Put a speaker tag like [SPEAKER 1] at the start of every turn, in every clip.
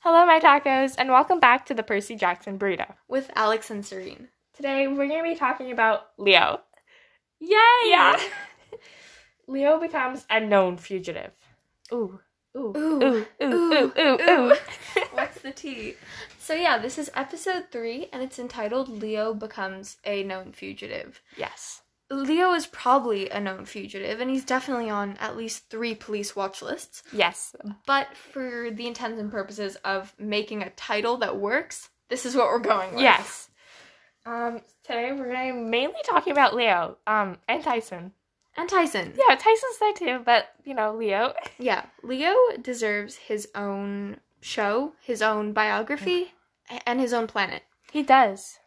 [SPEAKER 1] Hello, my tacos, and welcome back to the Percy Jackson Burrito.
[SPEAKER 2] with Alex and Serene.
[SPEAKER 1] Today, we're going to be talking about Leo. Yay! Leo becomes a known fugitive. Ooh, ooh,
[SPEAKER 2] Ooh,
[SPEAKER 1] ooh, ooh, ooh, ooh,
[SPEAKER 2] ooh.
[SPEAKER 1] ooh.
[SPEAKER 2] What's the tea? So yeah, this is episode three, and it's entitled "Leo Becomes a Known Fugitive."
[SPEAKER 1] yes.
[SPEAKER 2] Leo is probably a known fugitive, and he's definitely on at least three police watch lists.
[SPEAKER 1] Yes.
[SPEAKER 2] But for the intents and purposes of making a title that works, this is what we're going with.
[SPEAKER 1] Yes. Um, today, we're going to mainly talking about Leo um, and Tyson.
[SPEAKER 2] And Tyson.
[SPEAKER 1] Yeah, Tyson's there too, but, you know, Leo.
[SPEAKER 2] Yeah, Leo deserves his own show, his own biography, and his own planet.
[SPEAKER 1] He does.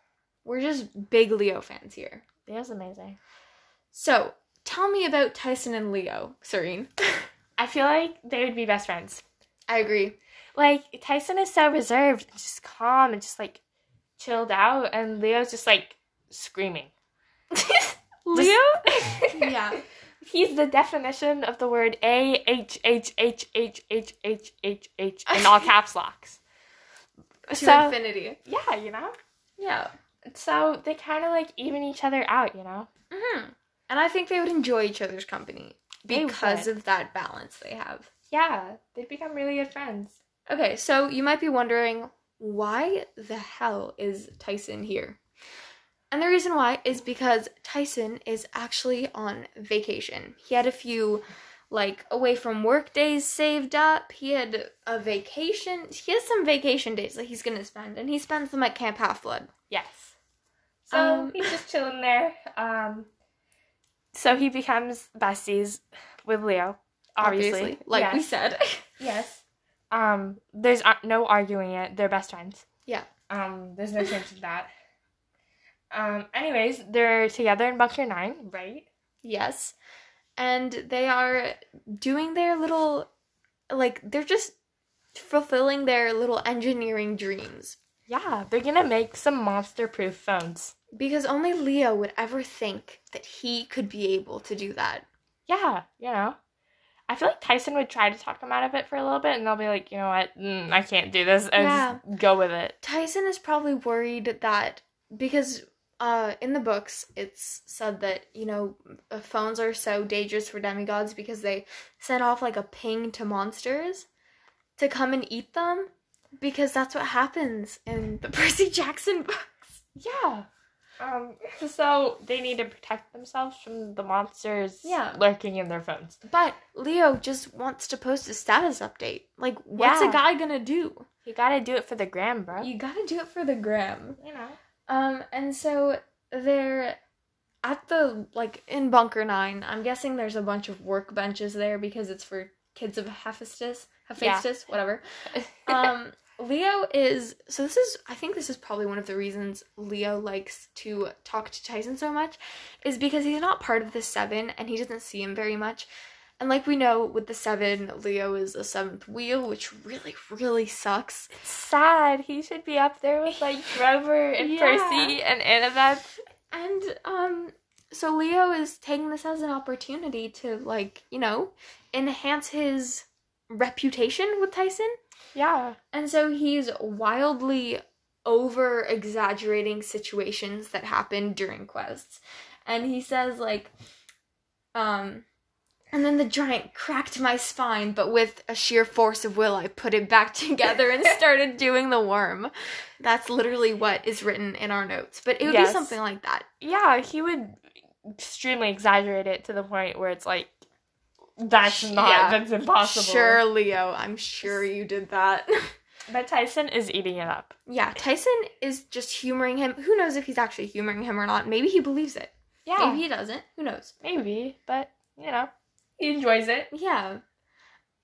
[SPEAKER 2] We're just big Leo fans here.
[SPEAKER 1] Leo's amazing.
[SPEAKER 2] So, tell me about Tyson and Leo, Serene.
[SPEAKER 1] I feel like they would be best friends.
[SPEAKER 2] I agree.
[SPEAKER 1] like Tyson is so reserved and just calm and just like chilled out, and Leo's just like screaming. Leo,
[SPEAKER 2] Yeah.
[SPEAKER 1] he's the definition of the word A H H H H H H H H in all caps locks.
[SPEAKER 2] to
[SPEAKER 1] so
[SPEAKER 2] infinity.
[SPEAKER 1] yeah, you know.
[SPEAKER 2] Yeah.
[SPEAKER 1] So they kind of like even each other out, you know.
[SPEAKER 2] hmm And I think they would enjoy each other's company
[SPEAKER 1] They
[SPEAKER 2] because
[SPEAKER 1] would.
[SPEAKER 2] of that balance they have.
[SPEAKER 1] Yeah, they become really good friends.
[SPEAKER 2] Okay, so you might be wondering why the hell is Tyson here? And the reason why is because Tyson is actually on vacation. He had a few like away from work days saved up. He had a vacation. He has some vacation days that he's going to spend and he spends them at Camp Half Blood.
[SPEAKER 1] Yes. So
[SPEAKER 2] Um,
[SPEAKER 1] he's just chilling there. Um, so he becomes besties with Leo, obviously.
[SPEAKER 2] like
[SPEAKER 1] yes.
[SPEAKER 2] we said.
[SPEAKER 1] Yes. Um, there's ar- no arguing it. They're best friends.
[SPEAKER 2] Yeah.
[SPEAKER 1] Um, there's no change in that. Um, anyways, they're together in Bunker 9, right?
[SPEAKER 2] Yes. And they are doing their little, like, they're just fulfilling their little engineering dreams.
[SPEAKER 1] Yeah, they're gonna make some monster proof phones.
[SPEAKER 2] Because only Leo would ever think that he could be able to do that.
[SPEAKER 1] Yeah, you know. I feel like Tyson would try to talk them out of it for a little bit, and they'll be like, you know what, mm, I can't do this, and just go with it.
[SPEAKER 2] Tyson is probably worried that, because uh, in the books it's said that, you know, uh, phones are so dangerous for demigods because they send off like a ping to monsters to come and eat them. Because that's what happens in the Percy Jackson book.
[SPEAKER 1] Yeah. Um, so they need to protect themselves from the monsters
[SPEAKER 2] Yeah.
[SPEAKER 1] lurking in their phones.
[SPEAKER 2] But Leo just wants to post a status update. Like, what's
[SPEAKER 1] Yeah.
[SPEAKER 2] a guy gonna do?
[SPEAKER 1] You gotta do it for the gram, bro. You,
[SPEAKER 2] You gotta do it for the gram.
[SPEAKER 1] know.
[SPEAKER 2] Um, and so they're at the like in bunker nine. I'm guessing there's a bunch of workbenches there because it's for kids of Hephaestus, Hephaestus, whatever. Um, Leo is so this is I think this is probably one of the reasons Leo likes to talk to Tyson so much is because he's not part of the seven and he doesn't see him very much. And like we know with the seven, Leo is the seventh wheel, which really, really sucks.
[SPEAKER 1] It's sad. He should be up there with like Grover and
[SPEAKER 2] Yeah.
[SPEAKER 1] Percy and Annabeth.
[SPEAKER 2] And um so Leo is taking this as an opportunity to like, you know, enhance his reputation with Tyson.
[SPEAKER 1] Yeah.
[SPEAKER 2] And so he's wildly over exaggerating situations that happen during quests. And he says like um and then the giant cracked my spine, but with a sheer force of will I put it back together and started doing the worm. That's literally what is written in our notes. But it would
[SPEAKER 1] Yes.
[SPEAKER 2] be something like that.
[SPEAKER 1] Yeah, he would extremely exaggerate it to the point where it's like, that's
[SPEAKER 2] Sh-
[SPEAKER 1] not,
[SPEAKER 2] yeah.
[SPEAKER 1] that's impossible.
[SPEAKER 2] Sure, Leo, I'm sure you did that.
[SPEAKER 1] But Tyson is eating it up.
[SPEAKER 2] yeah, Tyson is just humoring him. Who knows if he's actually humoring him or not? Maybe he believes it. Maybe he doesn't. Who knows?
[SPEAKER 1] Maybe, maybe but you know, he enjoys it.
[SPEAKER 2] Yeah.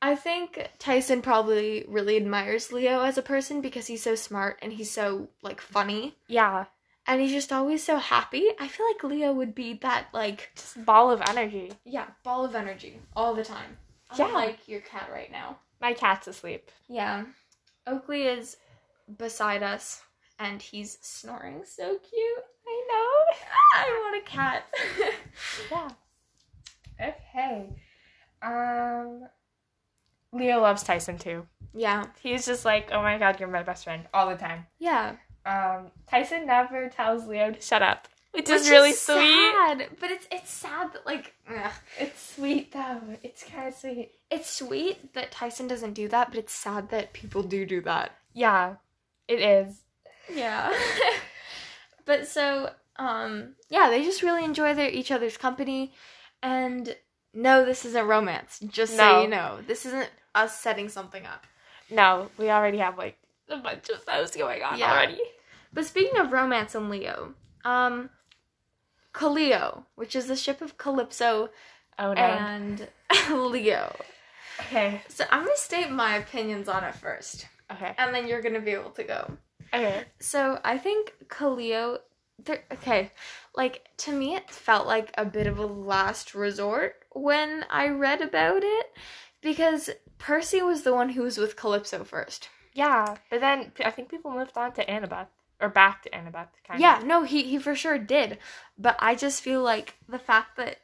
[SPEAKER 2] I think Tyson probably really admires Leo as a person because he's so smart and he's so like funny
[SPEAKER 1] Yeah.
[SPEAKER 2] and he's just always so happy. I feel like Leo would be that like
[SPEAKER 1] Just ball of energy.
[SPEAKER 2] yeah, ball of energy all the time.
[SPEAKER 1] Yeah.
[SPEAKER 2] Like your cat right now.
[SPEAKER 1] My cat's asleep.
[SPEAKER 2] Yeah. Oakley is beside us and he's snoring so cute.
[SPEAKER 1] I
[SPEAKER 2] I want a cat.
[SPEAKER 1] know. yeah. Okay. Um Leo loves Tyson too.
[SPEAKER 2] Yeah.
[SPEAKER 1] He's just like, oh my god, you're my best friend all the time.
[SPEAKER 2] Yeah.
[SPEAKER 1] Um, Tyson never tells Leo to shut up, which,
[SPEAKER 2] Which
[SPEAKER 1] is really sweet.
[SPEAKER 2] sad, but it's it's sad that like ugh.
[SPEAKER 1] It's sweet though. It's kind of sweet.
[SPEAKER 2] it's sweet that Tyson doesn't do that, but it's sad that people do do that.
[SPEAKER 1] Yeah, it is.
[SPEAKER 2] Yeah. but so, um, yeah, they just really enjoy their each other's company. And no, this isn't romance. Just so
[SPEAKER 1] No.
[SPEAKER 2] you know, this isn't us setting something up.
[SPEAKER 1] No, we already have like a bunch of those going on
[SPEAKER 2] Yeah.
[SPEAKER 1] already.
[SPEAKER 2] But speaking of romance and Leo, um, Callio, which is the ship of Calypso
[SPEAKER 1] Oh no.
[SPEAKER 2] and Leo.
[SPEAKER 1] okay.
[SPEAKER 2] So I'm gonna state my opinions on it first,
[SPEAKER 1] Okay.
[SPEAKER 2] and then you're gonna be able to go.
[SPEAKER 1] Okay.
[SPEAKER 2] So I think Kaleo, there- okay, like to me it felt like a bit of a last resort when I read about it, because Percy was the one who was with Calypso first.
[SPEAKER 1] Yeah, but then p- I think people moved on to Annabeth or back to Annabeth. Kind
[SPEAKER 2] yeah,
[SPEAKER 1] Of.
[SPEAKER 2] no, he he for sure did, but I just feel like the fact that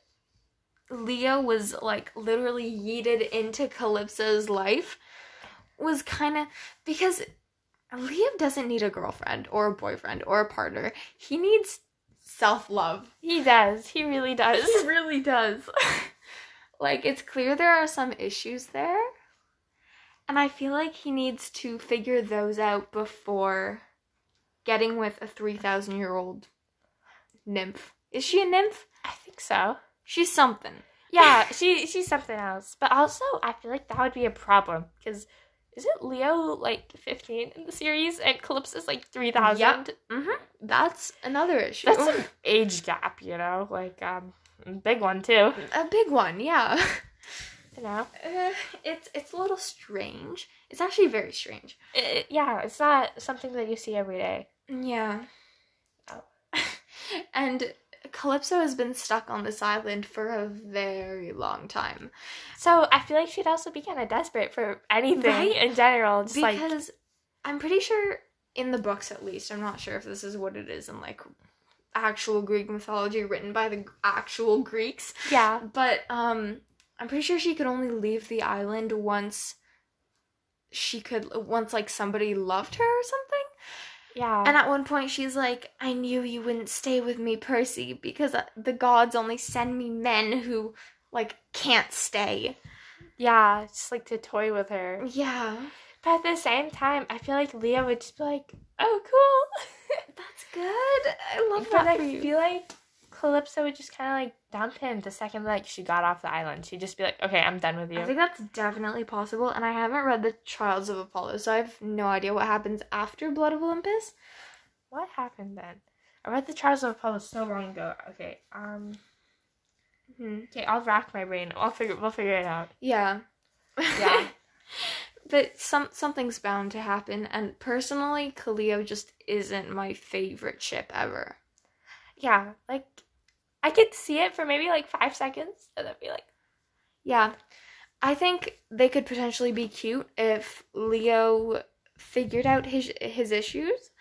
[SPEAKER 2] Leo was like literally yeeted into Calypso's life was kind of because Leo doesn't need a girlfriend or a boyfriend or a partner. He needs self love.
[SPEAKER 1] He does. He really does.
[SPEAKER 2] He really does. like, it's clear there are some issues there. And I feel like he needs to figure those out before getting with a 3,000 year old nymph. Is she a nymph?
[SPEAKER 1] I think so.
[SPEAKER 2] She's something.
[SPEAKER 1] Yeah, she she's something else. But also, I feel like that would be a problem because isn't Leo like fifteen in the series and Calypso's like three thousand?
[SPEAKER 2] Yep. Mm-hmm. That's another issue.
[SPEAKER 1] That's an age gap, you know, like um, big one too.
[SPEAKER 2] a big one, yeah.
[SPEAKER 1] You know,
[SPEAKER 2] Uh, it's it's a little strange. It's actually very strange.
[SPEAKER 1] It- it- yeah, it's not something that you see every day.
[SPEAKER 2] Yeah.
[SPEAKER 1] Oh.
[SPEAKER 2] and Calypso has been stuck on this island for a very long time.
[SPEAKER 1] So I feel like she'd also be kind of desperate for anything
[SPEAKER 2] Right?
[SPEAKER 1] in general. Just like
[SPEAKER 2] because I'm pretty sure in the books at least, I'm not sure if this is what it is in like actual Greek mythology written by the actual Greeks,
[SPEAKER 1] yeah,
[SPEAKER 2] but um I'm pretty sure she could only leave the island once she could once like somebody loved her or something.
[SPEAKER 1] yeah.
[SPEAKER 2] And at one point, she's like, I knew you wouldn't stay with me, Percy, because uh, the gods only send me men who, like, can't stay.
[SPEAKER 1] Yeah, just like to toy with her.
[SPEAKER 2] Yeah.
[SPEAKER 1] But at the same time, I feel like Leo would just be like, "Oh, cool."
[SPEAKER 2] That's good. I love
[SPEAKER 1] but
[SPEAKER 2] that
[SPEAKER 1] I
[SPEAKER 2] for you.
[SPEAKER 1] feel like Calypso would just kind of like dump him the second like she got off the island. She'd just be like, "Okay, I'm done with
[SPEAKER 2] I
[SPEAKER 1] you."
[SPEAKER 2] think that's definitely possible, and I haven't read the Trials of Apollo, so I have no idea what happens after Blood of Olympus.
[SPEAKER 1] What happened then? I read the Trials of Apollo so long ago. Okay, um,
[SPEAKER 2] hmm
[SPEAKER 1] okay, I'll rack my brain. I'll figure. We'll figure it out.
[SPEAKER 2] Yeah.
[SPEAKER 1] Yeah.
[SPEAKER 2] but some something's bound to happen, and personally, Cleo just isn't my favorite ship ever.
[SPEAKER 1] Yeah, like I could see it for maybe like five seconds, and then be like,
[SPEAKER 2] Yeah. I think they could potentially be cute if Leo figured out his his issues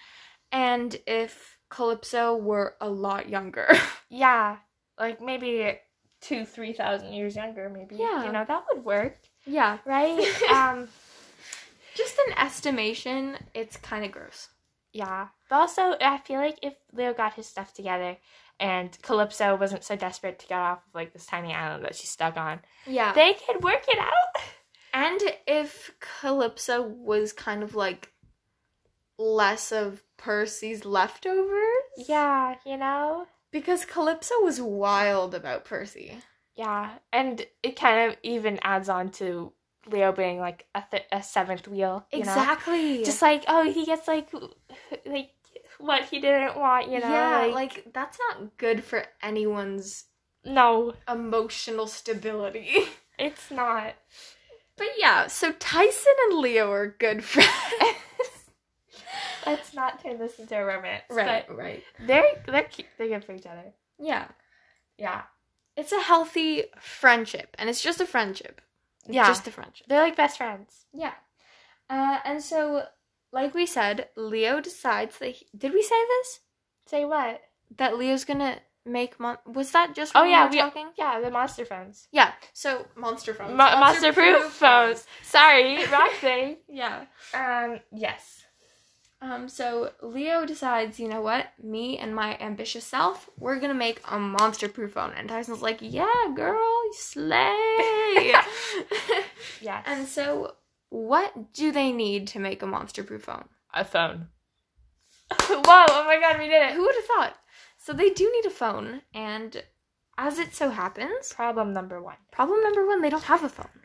[SPEAKER 2] and if Calypso were a lot younger.
[SPEAKER 1] "Yeah, like maybe two, three thousand years younger, maybe."
[SPEAKER 2] Yeah.
[SPEAKER 1] you know that would work.
[SPEAKER 2] yeah.
[SPEAKER 1] right? um,
[SPEAKER 2] Just an estimation, it's kind of gross.
[SPEAKER 1] yeah. But also, I feel like if Leo got his stuff together and Calypso wasn't so desperate to get off of like this tiny island that she's stuck on,
[SPEAKER 2] Yeah.
[SPEAKER 1] they could work it out.
[SPEAKER 2] and if Calypso was kind of like less of Percy's leftovers.
[SPEAKER 1] Yeah, you know.
[SPEAKER 2] Because Calypso was wild about Percy.
[SPEAKER 1] Yeah, and it kind of even adds on to Leo being like a, th- a seventh wheel. You Know?
[SPEAKER 2] Exactly.
[SPEAKER 1] Just like oh, he gets like like what he didn't want. You know.
[SPEAKER 2] yeah,
[SPEAKER 1] like,
[SPEAKER 2] like that's not good for anyone's
[SPEAKER 1] no,
[SPEAKER 2] emotional stability.
[SPEAKER 1] it's not.
[SPEAKER 2] But yeah, so Tyson and Leo are good friends.
[SPEAKER 1] Let's not turn this into a romance.
[SPEAKER 2] right,
[SPEAKER 1] But
[SPEAKER 2] right.
[SPEAKER 1] they're they're cute. They're good for each other.
[SPEAKER 2] Yeah.
[SPEAKER 1] Yeah.
[SPEAKER 2] It's a healthy friendship, and it's just a friendship. It's
[SPEAKER 1] Yeah.
[SPEAKER 2] Just a friendship.
[SPEAKER 1] They're like best friends.
[SPEAKER 2] Yeah. Uh, and so, like we said, Leo decides that. He, did we say this?
[SPEAKER 1] Say what?
[SPEAKER 2] That Leo's gonna. make mon- was that just
[SPEAKER 1] Oh
[SPEAKER 2] when we
[SPEAKER 1] yeah,
[SPEAKER 2] were
[SPEAKER 1] we
[SPEAKER 2] talking?
[SPEAKER 1] yeah the monster phones,
[SPEAKER 2] Yeah. So monster phones.
[SPEAKER 1] Mo- monster proof phones. Sorry, wrong thing.
[SPEAKER 2] Yeah.
[SPEAKER 1] Um, yes.
[SPEAKER 2] Um, so Leo decides, you know what, me and my ambitious self, we're gonna make a monster proof phone. And Tyson's like, yeah, girl, you slay.
[SPEAKER 1] Yes.
[SPEAKER 2] and so, what do they need to make a monster proof phone?
[SPEAKER 1] a phone. Whoa! Oh my god, we did it.
[SPEAKER 2] Uh, Who would have thought? So they do need a phone, and as it so happens,
[SPEAKER 1] Problem number one.
[SPEAKER 2] problem number one, they don't have a phone.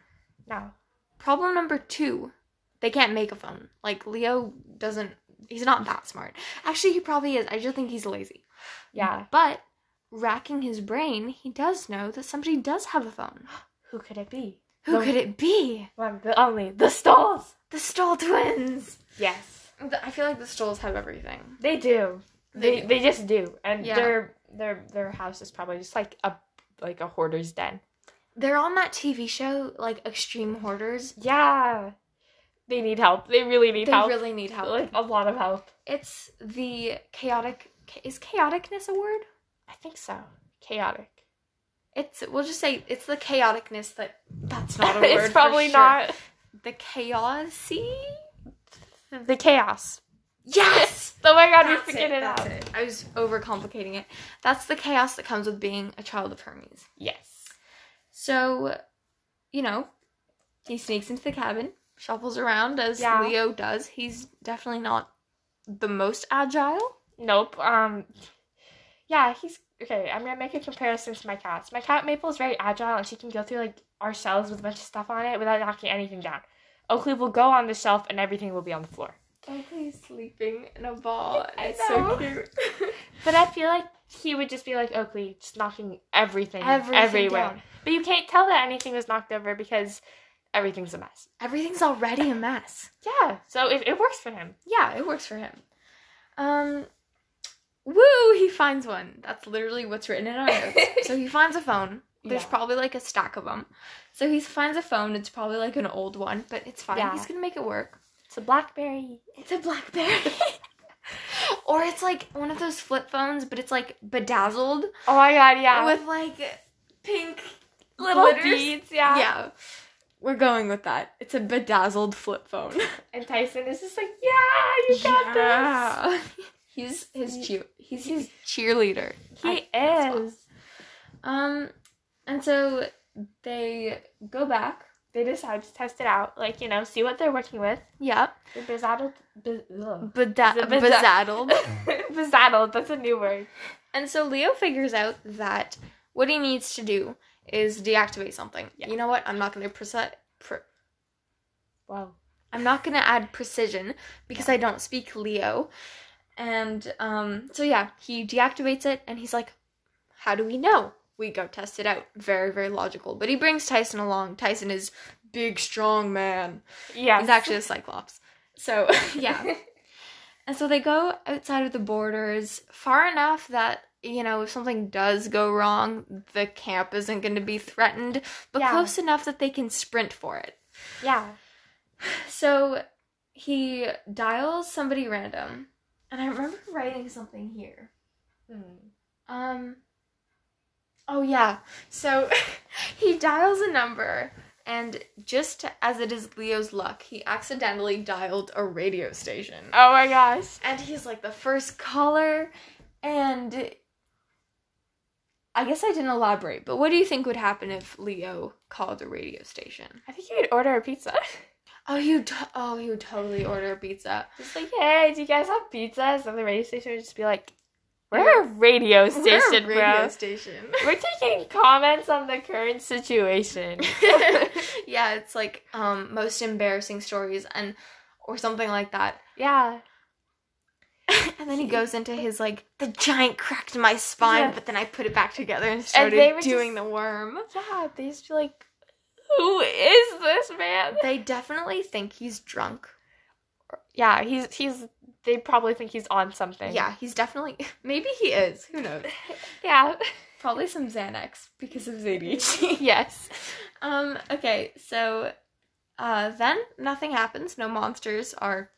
[SPEAKER 1] No.
[SPEAKER 2] Problem number two, they can't make a phone. Like Leo doesn't, he's not that smart. Actually, he probably is. I just think he's lazy.
[SPEAKER 1] Yeah.
[SPEAKER 2] But racking his brain, he does know that somebody does have a phone.
[SPEAKER 1] Who could it be?
[SPEAKER 2] Who
[SPEAKER 1] The-
[SPEAKER 2] could it be?
[SPEAKER 1] One, the only, the Stolls.
[SPEAKER 2] The Stoll twins.
[SPEAKER 1] Yes,
[SPEAKER 2] The- I feel like the Stolls have everything.
[SPEAKER 1] they do. They
[SPEAKER 2] They
[SPEAKER 1] they,
[SPEAKER 2] do.
[SPEAKER 1] just do, and
[SPEAKER 2] Yeah.
[SPEAKER 1] their their their house is probably just like a like a hoarder's den.
[SPEAKER 2] They're on that TV show, like Extreme Hoarders.
[SPEAKER 1] Yeah, they need help. They really need
[SPEAKER 2] They
[SPEAKER 1] help.
[SPEAKER 2] really need help.
[SPEAKER 1] Like a lot of help.
[SPEAKER 2] It's the chaotic. Is chaoticness a word?
[SPEAKER 1] I think so. Chaotic.
[SPEAKER 2] It's. We'll just say it's the chaoticness that. That's not a word.
[SPEAKER 1] it's
[SPEAKER 2] for
[SPEAKER 1] probably
[SPEAKER 2] sure.
[SPEAKER 1] not
[SPEAKER 2] the chaosy.
[SPEAKER 1] the chaos.
[SPEAKER 2] Yes.
[SPEAKER 1] Oh my god,
[SPEAKER 2] That's
[SPEAKER 1] we figured
[SPEAKER 2] it,
[SPEAKER 1] it,
[SPEAKER 2] that's
[SPEAKER 1] out.
[SPEAKER 2] it. I was overcomplicating it. That's the chaos that comes with being a child of Hermes.
[SPEAKER 1] Yes.
[SPEAKER 2] So, you know, he sneaks into the cabin, shuffles around as
[SPEAKER 1] Yeah.
[SPEAKER 2] Leo does. He's definitely not the most agile.
[SPEAKER 1] Nope. Um. Yeah, he's okay. I'm gonna make a comparison to my cats. My cat Maple is very agile, and she can go through like our shelves with a bunch of stuff on it without knocking anything down. Oakley will go on the shelf, and everything will be on the floor.
[SPEAKER 2] Oh, he's sleeping in a ball.
[SPEAKER 1] I It's so know.
[SPEAKER 2] cute.
[SPEAKER 1] But I feel like he would just be like Oakley, just knocking everything,
[SPEAKER 2] Everything
[SPEAKER 1] everywhere.
[SPEAKER 2] down.
[SPEAKER 1] But you can't tell that anything was knocked over because everything's a mess.
[SPEAKER 2] Everything's already a mess.
[SPEAKER 1] Yeah, so it, it works for him.
[SPEAKER 2] Yeah, it works for him. Um, woo! He finds one. That's literally what's written in our notes. so he finds a phone. There's
[SPEAKER 1] Yeah.
[SPEAKER 2] probably like a stack of them. So he finds a phone. It's probably like an old one, but it's fine.
[SPEAKER 1] Yeah.
[SPEAKER 2] He's gonna make it work.
[SPEAKER 1] It's a BlackBerry.
[SPEAKER 2] It's a BlackBerry. or it's like one of those flip phones, but it's like bedazzled
[SPEAKER 1] Oh my god, yeah.
[SPEAKER 2] with like pink
[SPEAKER 1] little
[SPEAKER 2] glitters.
[SPEAKER 1] beads, yeah.
[SPEAKER 2] Yeah. We're going with that. It's a bedazzled flip phone.
[SPEAKER 1] And Tyson is just like, yeah, you got this.
[SPEAKER 2] He's his cheer. He's his cheerleader.
[SPEAKER 1] He
[SPEAKER 2] I-
[SPEAKER 1] is.
[SPEAKER 2] Um, and so they go back.
[SPEAKER 1] They decide to test it out, like you know, see what they're working with.
[SPEAKER 2] Yep.
[SPEAKER 1] They're bezaddled, be- ugh.
[SPEAKER 2] Beda-
[SPEAKER 1] Beda-
[SPEAKER 2] bedazzled.
[SPEAKER 1] bezaddled. That's a new word.
[SPEAKER 2] and so Leo figures out that what he needs to do is deactivate something.
[SPEAKER 1] Yeah.
[SPEAKER 2] You know what? I'm not gonna preci- pre-
[SPEAKER 1] Wow.
[SPEAKER 2] I'm not gonna add precision because I don't speak Leo. And um, so yeah, he deactivates it and he's like, How do we know? We go test it out. Very, very logical. But he brings Tyson along. Tyson is big, strong man.
[SPEAKER 1] Yeah.
[SPEAKER 2] He's actually a cyclops. So yeah. and so they go outside of the borders far enough that you know, if something does go wrong, the camp isn't going to be threatened, but
[SPEAKER 1] Yeah.
[SPEAKER 2] close enough that they can sprint for it.
[SPEAKER 1] Yeah.
[SPEAKER 2] So he dials somebody random, and I remember writing something here.
[SPEAKER 1] Hmm.
[SPEAKER 2] Um. Oh yeah. So he dials a number, and just as it is Leo's luck, he accidentally dialed a radio station.
[SPEAKER 1] Oh my gosh.
[SPEAKER 2] And he's like the first caller, and I guess I didn't elaborate. But what do you think would happen if Leo called a radio station?
[SPEAKER 1] I think you would order a pizza.
[SPEAKER 2] Oh, you. T- oh, you totally order a pizza.
[SPEAKER 1] Just like, hey, do you guys have pizzas? And the radio station would just be like, we're a radio
[SPEAKER 2] We're a
[SPEAKER 1] station,
[SPEAKER 2] radio
[SPEAKER 1] bro.
[SPEAKER 2] station.
[SPEAKER 1] We're taking comments on the current situation.
[SPEAKER 2] yeah, it's like um most embarrassing stories and or something like that.
[SPEAKER 1] yeah.
[SPEAKER 2] And then he goes into his like the giant cracked my spine,
[SPEAKER 1] Yeah.
[SPEAKER 2] but then I put it back together and started
[SPEAKER 1] they would
[SPEAKER 2] doing
[SPEAKER 1] just-
[SPEAKER 2] the worm.
[SPEAKER 1] Yeah, they just be like, who is this man?
[SPEAKER 2] They definitely think he's drunk.
[SPEAKER 1] Yeah, he's he's. They probably think he's on something.
[SPEAKER 2] Yeah, he's definitely maybe he is. Who knows?
[SPEAKER 1] yeah,
[SPEAKER 2] Probably some Xanax because of his ADHD.
[SPEAKER 1] yes.
[SPEAKER 2] Um, okay, so uh then nothing happens. No monsters are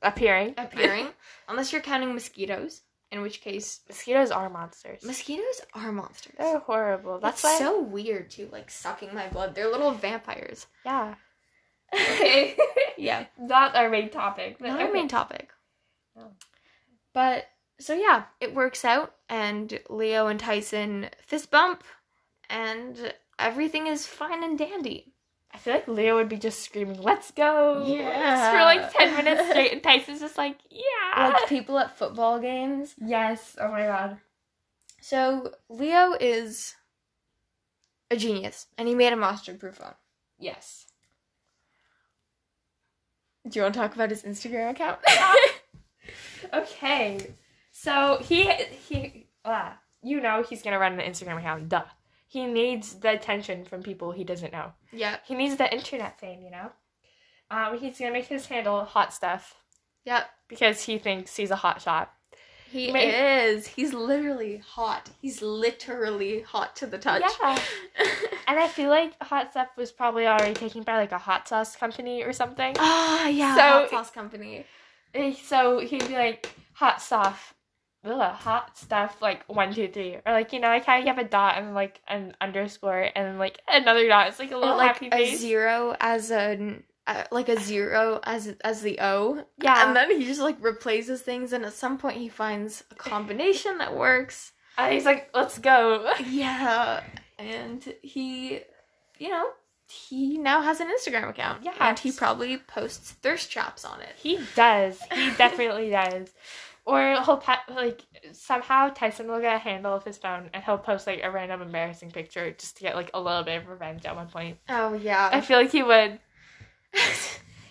[SPEAKER 1] Appearing,
[SPEAKER 2] appearing unless you're counting mosquitoes, in which case
[SPEAKER 1] Mosquitoes are monsters.
[SPEAKER 2] mosquitoes are monsters.
[SPEAKER 1] They're horrible. That's
[SPEAKER 2] Oh,
[SPEAKER 1] why.
[SPEAKER 2] That's so weird too, like sucking my blood. They're little vampires.
[SPEAKER 1] yeah. Okay.
[SPEAKER 2] Yeah.
[SPEAKER 1] Not our main topic. But
[SPEAKER 2] Not our
[SPEAKER 1] okay.
[SPEAKER 2] main topic. Oh.
[SPEAKER 1] No.
[SPEAKER 2] But so yeah, it works out and Leo and Tyson fist bump and everything is fine and dandy.
[SPEAKER 1] I feel like Leo would be just screaming, "Let's go!"
[SPEAKER 2] Yeah.
[SPEAKER 1] For like ten minutes straight, and Tyson's just like, "Yeah."
[SPEAKER 2] Like people at football games.
[SPEAKER 1] yes. Oh my god.
[SPEAKER 2] So Leo is a genius and he made a monster proof phone.
[SPEAKER 1] Yes.
[SPEAKER 2] Do you want to talk about his Instagram account?
[SPEAKER 1] Okay. So he he uh, you know he's gonna run an Instagram account. Duh. He needs the attention from people he doesn't know.
[SPEAKER 2] yeah.
[SPEAKER 1] He needs the internet fame. You know. Um, he's gonna make his handle hot stuff
[SPEAKER 2] Yeah.
[SPEAKER 1] because he thinks he's a hot shot.
[SPEAKER 2] He
[SPEAKER 1] Ma-
[SPEAKER 2] is. He's literally hot. He's literally hot to the touch.
[SPEAKER 1] Yeah. And I feel like hot stuff was probably already taken by like a hot sauce company or something.
[SPEAKER 2] Ah, yeah.
[SPEAKER 1] So-
[SPEAKER 2] hot sauce company.
[SPEAKER 1] Eh, So he'd be like hot stuff, ugh, hot stuff like one two three, or like you know like how you have a dot and like an underscore and like another dot. It's like a little
[SPEAKER 2] Or like
[SPEAKER 1] happy
[SPEAKER 2] a
[SPEAKER 1] face.
[SPEAKER 2] zero as an uh, like a zero as as the O.
[SPEAKER 1] Yeah,
[SPEAKER 2] And then he just like replaces things, and at some point he finds a combination that works.
[SPEAKER 1] and Uh, he's like, let's go.
[SPEAKER 2] Yeah. And he, you know, he now has an Instagram account.
[SPEAKER 1] Yes.
[SPEAKER 2] And he probably posts thirst traps on it.
[SPEAKER 1] He does. He definitely does. Or he'll pa- like somehow Tyson will get a handle of his phone and he'll post like a random embarrassing picture just to get like a little bit of revenge at one point.
[SPEAKER 2] Oh
[SPEAKER 1] I
[SPEAKER 2] yeah.
[SPEAKER 1] feel like he would.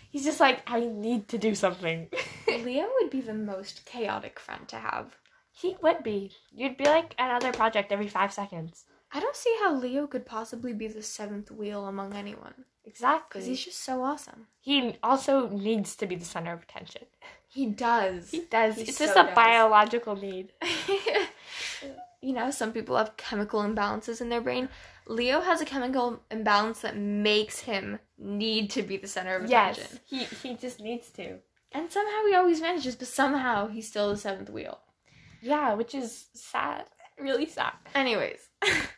[SPEAKER 1] He's just like, I need to do something.
[SPEAKER 2] Leo would be the most chaotic friend to have.
[SPEAKER 1] He would be. You'd be like another project every five seconds.
[SPEAKER 2] I don't see how Leo could possibly be the seventh wheel among anyone
[SPEAKER 1] Exactly.
[SPEAKER 2] because he's just so awesome.
[SPEAKER 1] he also needs to be the center of attention.
[SPEAKER 2] He does.
[SPEAKER 1] He does.
[SPEAKER 2] He
[SPEAKER 1] it's just
[SPEAKER 2] so
[SPEAKER 1] a
[SPEAKER 2] does.
[SPEAKER 1] biological need.
[SPEAKER 2] you know, some people have chemical imbalances in their brain. Leo has a chemical imbalance that makes him need to be the center of
[SPEAKER 1] Yes.
[SPEAKER 2] attention.
[SPEAKER 1] He he just needs to.
[SPEAKER 2] And somehow he always manages, but somehow he's still the seventh wheel.
[SPEAKER 1] Yeah, which is sad. Really sad.
[SPEAKER 2] Anyways,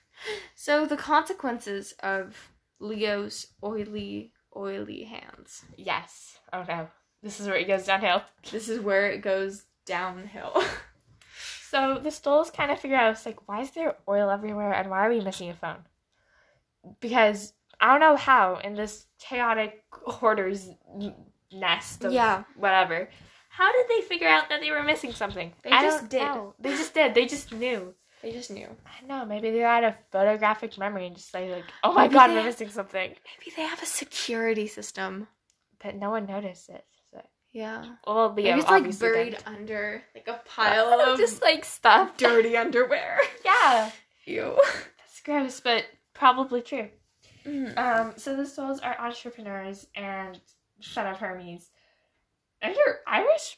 [SPEAKER 2] so the consequences of Leo's oily, oily hands.
[SPEAKER 1] Yes. Oh no. This is where it goes downhill.
[SPEAKER 2] This is where it goes downhill.
[SPEAKER 1] So the Stoles kind of figure out, it's like, why is there oil everywhere and why are we missing a phone? Because I don't know how in this chaotic hoarder's n- nest of
[SPEAKER 2] Yeah.
[SPEAKER 1] whatever, how did they figure out that they were missing something?
[SPEAKER 2] They
[SPEAKER 1] I
[SPEAKER 2] just
[SPEAKER 1] don't
[SPEAKER 2] did.
[SPEAKER 1] know. They just did. They just knew.
[SPEAKER 2] they just knew.
[SPEAKER 1] I don't know. Maybe they had a photographic memory and just like, like oh my
[SPEAKER 2] Maybe
[SPEAKER 1] god,
[SPEAKER 2] they-
[SPEAKER 1] we're missing something.
[SPEAKER 2] Maybe they have a security system.
[SPEAKER 1] But no one noticed it. So,
[SPEAKER 2] Yeah.
[SPEAKER 1] well, Leo
[SPEAKER 2] Maybe it's like
[SPEAKER 1] obviously
[SPEAKER 2] buried
[SPEAKER 1] didn't.
[SPEAKER 2] under like a pile of
[SPEAKER 1] just like stuff.
[SPEAKER 2] dirty underwear.
[SPEAKER 1] Yeah,
[SPEAKER 2] Ew.
[SPEAKER 1] that's gross, but probably true.
[SPEAKER 2] Mm.
[SPEAKER 1] Um, so the souls are entrepreneurs and son of Hermes. And you're Irish?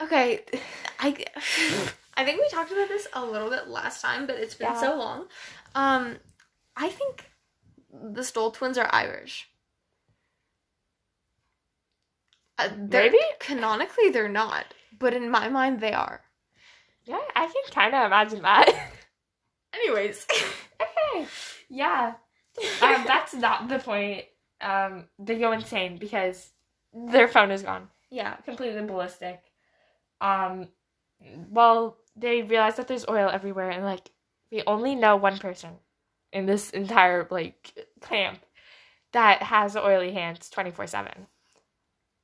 [SPEAKER 2] Okay, I I think we talked about this a little bit last time, but it's been
[SPEAKER 1] Yeah.
[SPEAKER 2] so long. Um, I think the Stoll twins are Irish. Uh, they're-
[SPEAKER 1] Maybe?
[SPEAKER 2] canonically they're not, but in my mind they are.
[SPEAKER 1] Yeah, I can kind of imagine that.
[SPEAKER 2] Anyways,
[SPEAKER 1] okay. Yeah. Um, that's not the point. Um, they go insane because their phone is gone.
[SPEAKER 2] yeah,
[SPEAKER 1] Completely ballistic. Um, well, they realize that there's oil everywhere and, like, we only know one person in this entire, like, camp that has oily hands 24-7.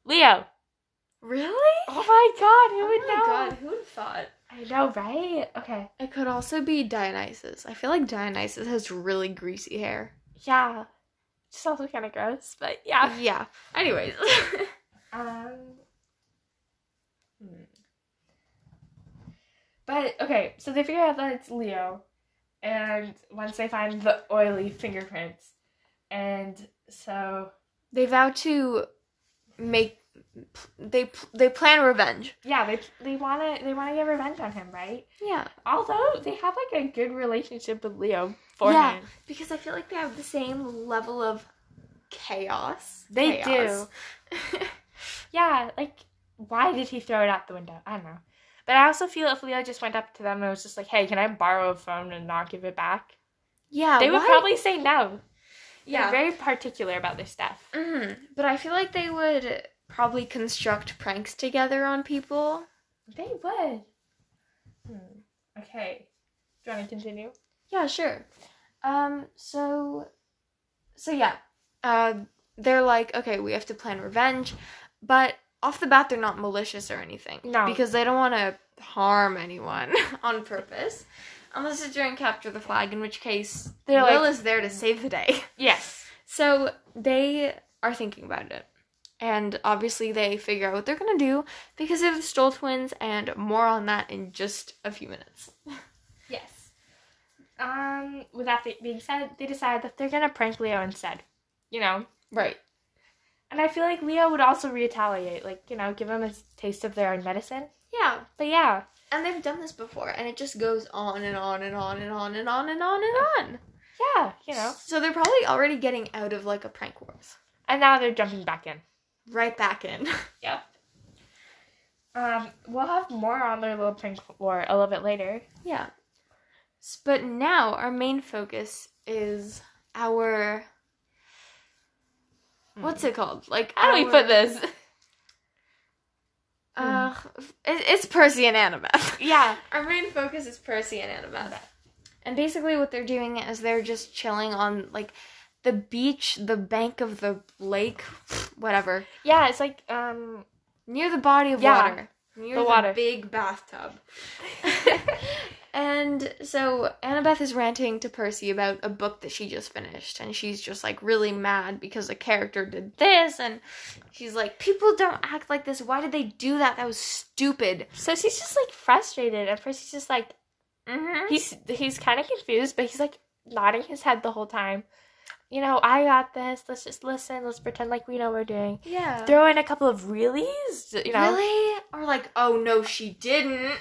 [SPEAKER 1] Leo!
[SPEAKER 2] really?
[SPEAKER 1] Oh my god, who
[SPEAKER 2] Oh
[SPEAKER 1] would
[SPEAKER 2] my
[SPEAKER 1] know?
[SPEAKER 2] god, who would have thought?
[SPEAKER 1] I know, right? Okay.
[SPEAKER 2] It could also be Dionysus. I feel like Dionysus has really greasy hair.
[SPEAKER 1] Yeah. Just also kind of gross, but yeah.
[SPEAKER 2] Yeah. Anyways.
[SPEAKER 1] Um. hmm. But okay, so they figure out that it's Leo, and once they find the oily fingerprints, and so
[SPEAKER 2] They vow to make they they plan revenge.
[SPEAKER 1] yeah, they they wanna they wanna get revenge on him, right?
[SPEAKER 2] Yeah,
[SPEAKER 1] Although they have like a good relationship with Leo
[SPEAKER 2] Yeah.
[SPEAKER 1] beforehand.
[SPEAKER 2] because I feel like they have the same level of chaos.
[SPEAKER 1] They
[SPEAKER 2] Chaos.
[SPEAKER 1] Yeah, like why did he throw it out the window? I don't know. But I also feel if Leo just went up to them and was just like, "Hey, can I borrow a phone and not give it back?"
[SPEAKER 2] Yeah,
[SPEAKER 1] They would
[SPEAKER 2] why-
[SPEAKER 1] probably say no.
[SPEAKER 2] yeah.
[SPEAKER 1] They're very particular about their stuff.
[SPEAKER 2] Mhm. But I feel like they would probably construct pranks together on people.
[SPEAKER 1] They would. Hmm. Okay. Do you want to continue?
[SPEAKER 2] Yeah, sure. Um, so, so yeah, uh, they're like, okay, we have to plan revenge, but off the bat, they're not malicious or anything.
[SPEAKER 1] No.
[SPEAKER 2] because they don't want to harm anyone on purpose, unless it's during capture the flag, in which case
[SPEAKER 1] They're
[SPEAKER 2] Will
[SPEAKER 1] like-
[SPEAKER 2] is there to save the day.
[SPEAKER 1] Yes.
[SPEAKER 2] So they are thinking about it. And obviously, they figure out what they're gonna do because of the Stoll twins, and more on that in just a few minutes.
[SPEAKER 1] Yes. Um. With that be- being said, they decide that they're gonna prank Leo instead. You know.
[SPEAKER 2] Right.
[SPEAKER 1] And I feel like Leo would also retaliate, like you know, give him a taste of their own medicine.
[SPEAKER 2] Yeah,
[SPEAKER 1] But yeah,
[SPEAKER 2] And they've done this before, and it just goes on and on and on and on and on and on and on.
[SPEAKER 1] yeah, you know.
[SPEAKER 2] So they're probably already getting out of like a prank wars.
[SPEAKER 1] And now they're jumping back in.
[SPEAKER 2] Right back in.
[SPEAKER 1] Yep. Um, we'll have more on their little prank war a little bit later.
[SPEAKER 2] yeah. S- But now our main focus is our. What's it called? Like,
[SPEAKER 1] How do we put
[SPEAKER 2] Hmm. our-
[SPEAKER 1] this?
[SPEAKER 2] Uh, f- it- it's Percy and Annabeth.
[SPEAKER 1] Yeah.
[SPEAKER 2] Our main focus is Percy and Annabeth. And basically, what they're doing is they're just chilling on like the beach, the bank of the lake, whatever.
[SPEAKER 1] Yeah, it's like um
[SPEAKER 2] near the body of
[SPEAKER 1] Yeah.
[SPEAKER 2] water, near
[SPEAKER 1] The water.
[SPEAKER 2] big bathtub. and so Annabeth is ranting to Percy about a book that she just finished, and she's just like really mad because the character did this, and she's like, "People don't act like this. Why did they do that? That was stupid."
[SPEAKER 1] so she's just like frustrated and Percy's just like
[SPEAKER 2] Mm-hmm.
[SPEAKER 1] he's he's kinda confused, but he's like nodding his head the whole time. You know, I got this, let's just listen, let's pretend like we know what we're doing.
[SPEAKER 2] Yeah.
[SPEAKER 1] Throw in a couple of reallys, you know.
[SPEAKER 2] Really? Or like, "Oh no, she didn't."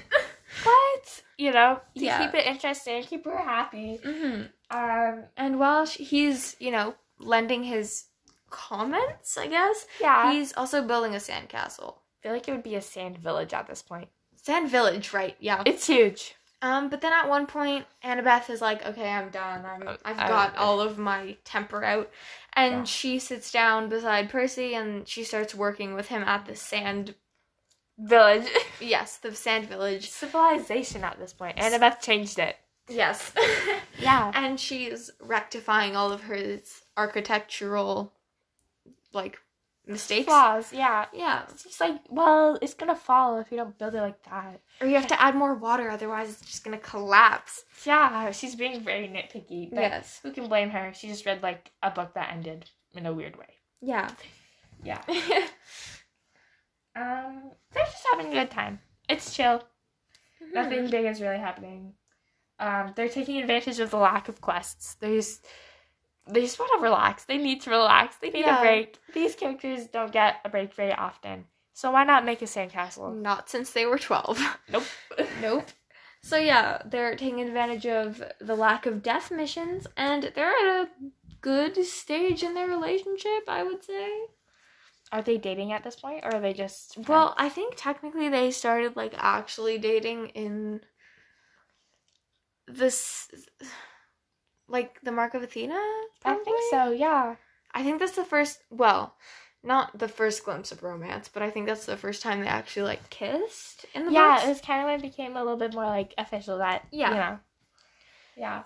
[SPEAKER 1] What? You know, to
[SPEAKER 2] Yeah.
[SPEAKER 1] keep it interesting, keep her happy.
[SPEAKER 2] mm-hmm.
[SPEAKER 1] Um
[SPEAKER 2] And while sh he's, you know, lending his comments, I guess
[SPEAKER 1] yeah.
[SPEAKER 2] he's also building a sandcastle.
[SPEAKER 1] I feel like it would be a sand village at this point.
[SPEAKER 2] Sand Village, right? Yeah.
[SPEAKER 1] It's huge.
[SPEAKER 2] Um, but then at one point, Annabeth is like, "Okay, I'm done. I'm, I've
[SPEAKER 1] Uh, I-
[SPEAKER 2] got all of my temper out," and
[SPEAKER 1] Yeah.
[SPEAKER 2] she sits down beside Percy and she starts working with him at the sand.
[SPEAKER 1] Village.
[SPEAKER 2] Yes, the Sand Village.
[SPEAKER 1] Civilization at this point. Annabeth changed it.
[SPEAKER 2] Yes,
[SPEAKER 1] Yeah.
[SPEAKER 2] and she's rectifying all of her architectural, like, mistakes.
[SPEAKER 1] Flaws, yeah.
[SPEAKER 2] Yeah,
[SPEAKER 1] It's just like, well, it's gonna fall if you don't build it like that.
[SPEAKER 2] or you have to add more water, otherwise it's just gonna collapse.
[SPEAKER 1] Yeah, she's being very nitpicky, but
[SPEAKER 2] Yes.
[SPEAKER 1] who can blame her? She just read like a book that ended in a weird way.
[SPEAKER 2] Yeah.
[SPEAKER 1] Yeah. Um, they're just having a good time. It's chill. Nothing
[SPEAKER 2] Hmm.
[SPEAKER 1] big is really happening. Um, they're taking advantage of the lack of quests. They just they just want to relax. They need to relax. They need
[SPEAKER 2] Yeah.
[SPEAKER 1] a break. These characters don't get a break very often, so why not make a sandcastle?
[SPEAKER 2] Not since they were twelve.
[SPEAKER 1] Nope.
[SPEAKER 2] Nope. So yeah, they're taking advantage of the lack of death missions, and they're at a good stage in their relationship, I would say.
[SPEAKER 1] Are they dating at this point, or are they just friends?
[SPEAKER 2] Well, I think technically they started like actually dating in this, like the Mark of Athena.
[SPEAKER 1] I think
[SPEAKER 2] probably?
[SPEAKER 1] so. Yeah.
[SPEAKER 2] I think that's the first. Well, not the first glimpse of romance, but I think that's the first time they actually like kissed in the
[SPEAKER 1] Yeah,
[SPEAKER 2] books.
[SPEAKER 1] it was kind of when it became a little bit more like official that
[SPEAKER 2] Yeah.
[SPEAKER 1] you know. Yeah.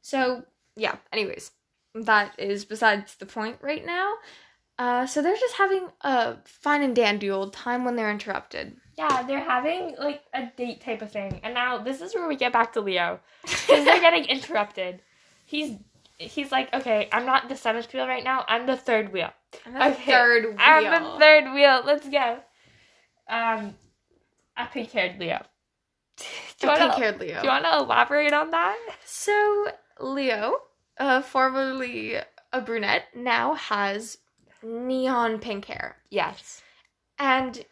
[SPEAKER 2] So, yeah, anyways, that is besides the point right now. Uh, so they're just having a fine and dandy old time when they're interrupted.
[SPEAKER 1] Yeah, they're having like a date type of thing, and now this is where we get back to Leo because they're getting interrupted. He's he's like, okay, I'm not the seventh wheel right now. I'm the third wheel.
[SPEAKER 2] And that's
[SPEAKER 1] Okay,
[SPEAKER 2] third wheel.
[SPEAKER 1] I'm the third wheel. Let's go. Um, a pink haired Leo. Do
[SPEAKER 2] The
[SPEAKER 1] you wanna-
[SPEAKER 2] pink-haired Leo.
[SPEAKER 1] Do you want to elaborate on that?
[SPEAKER 2] so Leo, uh, formerly a brunette, now has neon pink hair,
[SPEAKER 1] Yes.
[SPEAKER 2] and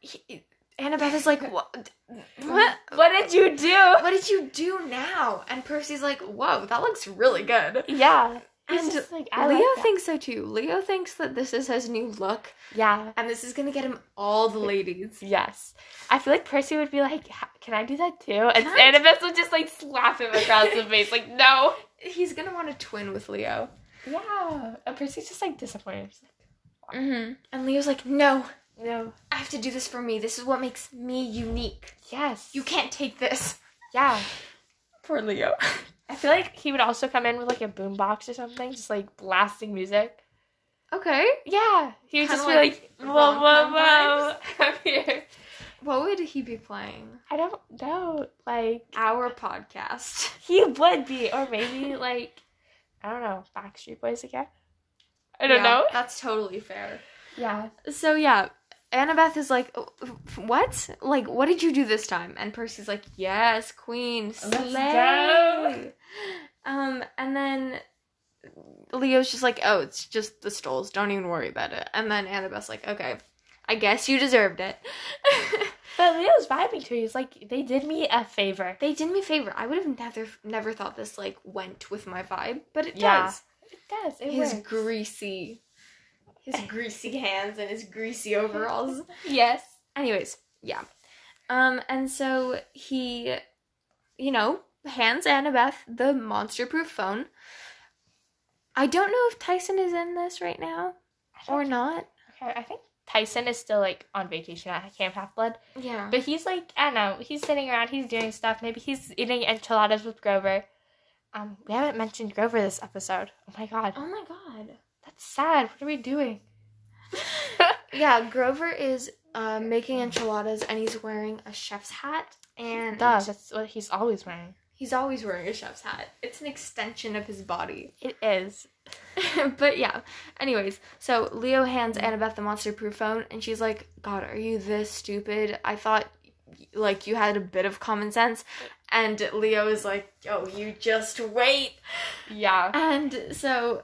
[SPEAKER 2] he, Annabeth is like, "What? What?
[SPEAKER 1] What did you do?
[SPEAKER 2] What did you do now?" And Percy's like, "Whoa, that looks really good."
[SPEAKER 1] Yeah. He's
[SPEAKER 2] And
[SPEAKER 1] just like, I
[SPEAKER 2] Leo
[SPEAKER 1] like that.
[SPEAKER 2] thinks so too. Leo thinks that this is his new look,
[SPEAKER 1] Yeah.
[SPEAKER 2] and this is gonna get him all the ladies.
[SPEAKER 1] Yes. I feel like Percy would be like, "Ha- can I do that too? And
[SPEAKER 2] Can I do-
[SPEAKER 1] Annabeth would just like slap him across the face, like, no.
[SPEAKER 2] He's gonna want a twin with Leo.
[SPEAKER 1] Yeah. And Percy's just like disappointed. He's
[SPEAKER 2] Mm-hmm. And Leo's like, no,
[SPEAKER 1] like, no.
[SPEAKER 2] I have to do this for me. This is what makes me unique.
[SPEAKER 1] Yes.
[SPEAKER 2] You can't take this.
[SPEAKER 1] Yeah.
[SPEAKER 2] Poor Leo.
[SPEAKER 1] I feel like he would also come in with like a boombox or something, just like blasting music.
[SPEAKER 2] Okay.
[SPEAKER 1] Yeah. He would
[SPEAKER 2] Kinda
[SPEAKER 1] just be like,
[SPEAKER 2] like
[SPEAKER 1] whoa, whoa,
[SPEAKER 2] rom-com
[SPEAKER 1] whoa. I'm here.
[SPEAKER 2] What would he be playing?
[SPEAKER 1] I don't know. Like,
[SPEAKER 2] Our podcast.
[SPEAKER 1] he would be. Or maybe like, I don't know, Backstreet Boys again? I don't
[SPEAKER 2] Yeah,
[SPEAKER 1] know.
[SPEAKER 2] That's totally fair.
[SPEAKER 1] Yeah.
[SPEAKER 2] So yeah, Annabeth is like, "Oh, f- what? Like, what did you do this time? And Percy's like, yes, Queen,
[SPEAKER 1] Oh, Let's
[SPEAKER 2] slay. Um, and then Leo's just like, oh, it's just the stoles. Don't even worry about it. And then Annabeth's like, okay, I guess you deserved it.
[SPEAKER 1] But Leo's vibing too. He's like, they did me a favor.
[SPEAKER 2] they did me a favor. I would have never, never thought this like went with my vibe, but it
[SPEAKER 1] Yeah.
[SPEAKER 2] does.
[SPEAKER 1] It does. It
[SPEAKER 2] his
[SPEAKER 1] works.
[SPEAKER 2] greasy, his greasy hands and his greasy overalls.
[SPEAKER 1] yes.
[SPEAKER 2] anyways yeah um and so he you know hands annabeth the monster proof phone i don't know if tyson is in this right now or not
[SPEAKER 1] Okay, I think Tyson is still like on vacation at Camp Half Blood.
[SPEAKER 2] yeah
[SPEAKER 1] But he's like, I don't know, he's sitting around, he's doing stuff. Maybe he's eating enchiladas with Grover. Um, we haven't mentioned Grover this episode. Oh my god.
[SPEAKER 2] oh my god
[SPEAKER 1] That's sad. What are we doing?
[SPEAKER 2] yeah grover is uh, making enchiladas and he's wearing a chef's hat and
[SPEAKER 1] Duh, that's what he's always wearing.
[SPEAKER 2] he's always wearing a chef's hat it's an extension of his body
[SPEAKER 1] It is.
[SPEAKER 2] but yeah. Anyways, so Leo hands Annabeth the monster proof phone, and she's like, "God, are you this stupid? I thought like you had a bit of common sense." And Leo is like, "Oh, you just wait."
[SPEAKER 1] Yeah.
[SPEAKER 2] And so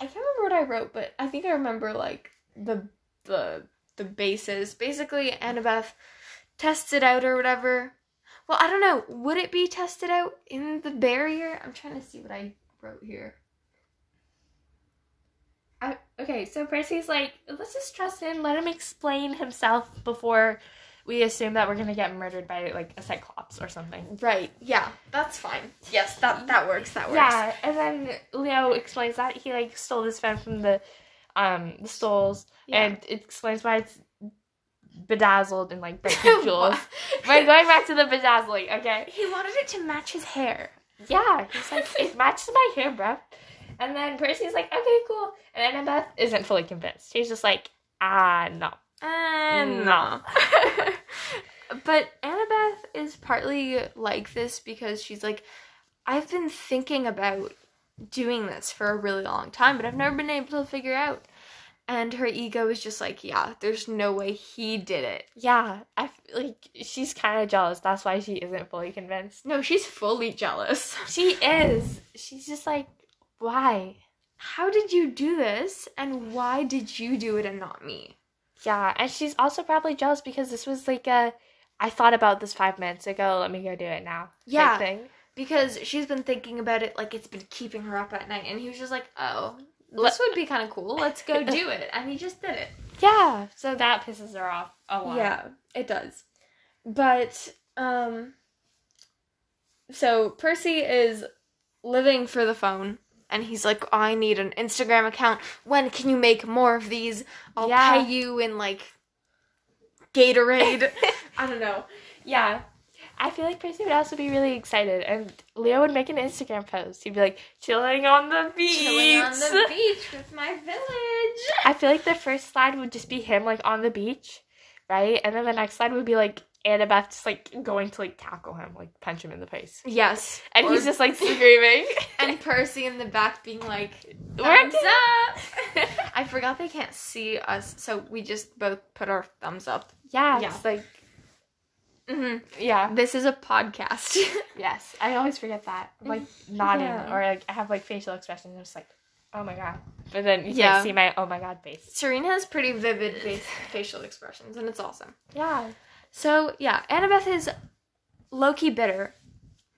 [SPEAKER 2] I can't remember what I wrote, but I think I remember like the the the bases. Basically, Annabeth tests it out or whatever. Well, I don't know. Would it be tested out in the barrier? I'm trying to see what I wrote here.
[SPEAKER 1] I, okay, so Percy's like, let's just trust him, let him explain himself before we assume that we're gonna get murdered by like a cyclops or something.
[SPEAKER 2] Right. Yeah, that's fine. Yes, that that works. That works.
[SPEAKER 1] Yeah, and then Leo explains that he like stole this phone from the um the souls
[SPEAKER 2] Yeah.
[SPEAKER 1] and it explains why it's bedazzled and like breaking jewels. We're
[SPEAKER 2] Wait,
[SPEAKER 1] going back to the bedazzling, okay?
[SPEAKER 2] he wanted it to match his hair.
[SPEAKER 1] Yeah, he's like, it matches my hair, bro. And then Percy's like, okay, cool. And Annabeth isn't fully convinced. She's just like, ah, no.
[SPEAKER 2] And
[SPEAKER 1] No.
[SPEAKER 2] Um, but Annabeth is partly like this because she's like, I've been thinking about doing this for a really long time, but I've never been able to figure out. And her ego is just like, yeah, there's no way he did it.
[SPEAKER 1] Yeah, I f- like she's kind of jealous. That's why she isn't fully convinced.
[SPEAKER 2] No, she's fully jealous.
[SPEAKER 1] She is. She's just like, why?
[SPEAKER 2] How did you do this? And why did you do it and not me?
[SPEAKER 1] Yeah, and she's also probably jealous because this was like a I thought about this five minutes ago, let me go do it now. type
[SPEAKER 2] Yeah.
[SPEAKER 1] thing.
[SPEAKER 2] because she's been thinking about it like it's been keeping her up at night and he was just like oh this would be kind of cool let's go do it and he just did it
[SPEAKER 1] Yeah. So that pisses her off a lot.
[SPEAKER 2] it does but um so percy is living for the phone and he's like i need an instagram account when can you make more of these i'll
[SPEAKER 1] Yeah.
[SPEAKER 2] pay you in like gatorade i don't know
[SPEAKER 1] Yeah. I feel like Percy would also be really excited and Leo would make an Instagram post. He'd be like, chilling on the beach.
[SPEAKER 2] chilling on the beach with my village
[SPEAKER 1] I feel like the first slide would just be him like on the beach, right? And then the next slide would be like Annabeth just like going to like tackle him, like punch him in the face.
[SPEAKER 2] yes
[SPEAKER 1] And he's just like screaming.
[SPEAKER 2] and Percy in the back being like,
[SPEAKER 1] We're
[SPEAKER 2] "Thumbs up!" I forgot they can't see us, so we just both put our thumbs up.
[SPEAKER 1] Yeah,
[SPEAKER 2] Yeah.
[SPEAKER 1] it's like
[SPEAKER 2] hmm
[SPEAKER 1] yeah.
[SPEAKER 2] This is a podcast.
[SPEAKER 1] Yes, I always forget that. I'm, like nodding
[SPEAKER 2] Yeah.
[SPEAKER 1] or like I have like facial expressions. I'm just like, oh my god. But then you
[SPEAKER 2] Yeah.
[SPEAKER 1] can't see my oh my god face.
[SPEAKER 2] Serena has pretty vivid face- facial expressions, and it's awesome.
[SPEAKER 1] Yeah.
[SPEAKER 2] So yeah, Annabeth is low-key bitter.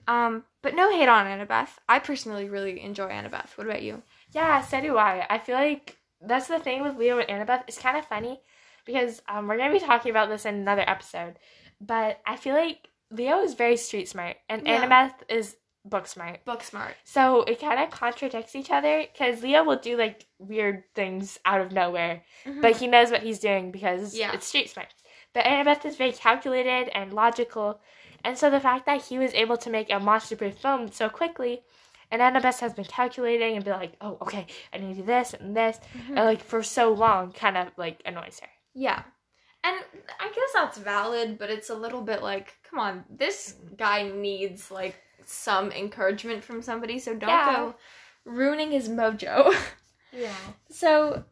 [SPEAKER 2] Um, but no hate on Annabeth. I personally really enjoy Annabeth. What about you?
[SPEAKER 1] Yeah, so do I. I feel like that's the thing with Leo and Annabeth. It's kind of funny because um, we're going to be talking about this in another episode. But I feel like Leo is very street smart and
[SPEAKER 2] Yeah.
[SPEAKER 1] Annabeth is book smart.
[SPEAKER 2] Book smart.
[SPEAKER 1] So it kind of contradicts each other because Leo will do like weird things out of nowhere, but he knows what he's doing because
[SPEAKER 2] Yeah.
[SPEAKER 1] it's street smart. But Annabeth is very calculated and logical, and so the fact that he was able to make a monster-proof film so quickly, and Annabeth has been calculating and be like, "Oh, okay, I need to do this and this," and like for so long, kind of like annoys her.
[SPEAKER 2] Yeah. And I guess that's valid, but it's a little bit like, come on, this guy needs like some encouragement from somebody, so don't
[SPEAKER 1] Yeah.
[SPEAKER 2] go ruining his mojo.
[SPEAKER 1] Yeah.
[SPEAKER 2] so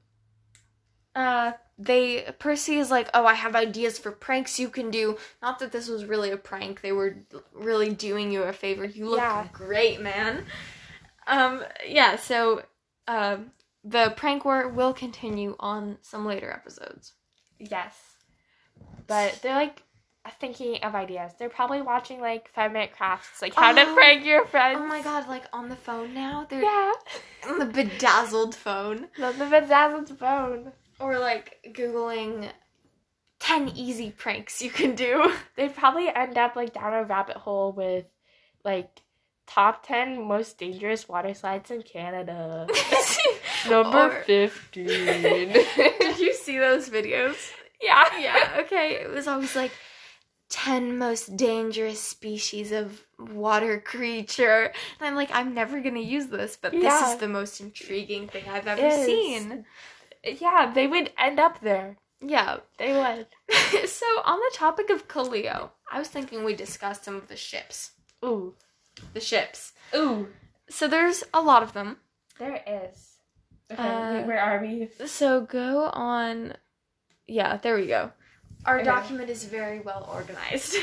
[SPEAKER 2] uh they Percy is like, "Oh, I have ideas for pranks you can do." Not that this was really a prank. They were really doing you a favor. You look
[SPEAKER 1] Yeah.
[SPEAKER 2] great, man. Um yeah, so uh, the prank war will continue on some later episodes.
[SPEAKER 1] Yes. But they're like thinking of ideas. They're probably watching like five minute crafts, like how to
[SPEAKER 2] Oh.
[SPEAKER 1] prank your friends.
[SPEAKER 2] Oh my god, like on the phone now? They're
[SPEAKER 1] Yeah.
[SPEAKER 2] on the bedazzled phone.
[SPEAKER 1] Love the bedazzled phone.
[SPEAKER 2] Or like Googling 10 easy pranks you can do.
[SPEAKER 1] They probably end up like down a rabbit hole with like top ten most dangerous water slides in Canada. Number
[SPEAKER 2] Or-
[SPEAKER 1] fifteen.
[SPEAKER 2] Did you see those videos?
[SPEAKER 1] yeah.
[SPEAKER 2] Yeah, okay. It was always like 10 most dangerous species of water creature. And I'm like, I'm never gonna use this, but this
[SPEAKER 1] Yeah.
[SPEAKER 2] is the most intriguing thing I've ever
[SPEAKER 1] Is.
[SPEAKER 2] seen.
[SPEAKER 1] Yeah, they would end up there.
[SPEAKER 2] Yeah,
[SPEAKER 1] They would.
[SPEAKER 2] so on the topic of Kaleo, I was thinking we discussed some of the ships.
[SPEAKER 1] Ooh.
[SPEAKER 2] The ships.
[SPEAKER 1] Ooh.
[SPEAKER 2] So there's a lot of them.
[SPEAKER 1] There is. Okay,
[SPEAKER 2] Uh,
[SPEAKER 1] where are we?
[SPEAKER 2] So go on. Yeah, there we go. Our
[SPEAKER 1] Okay.
[SPEAKER 2] document is very well organized.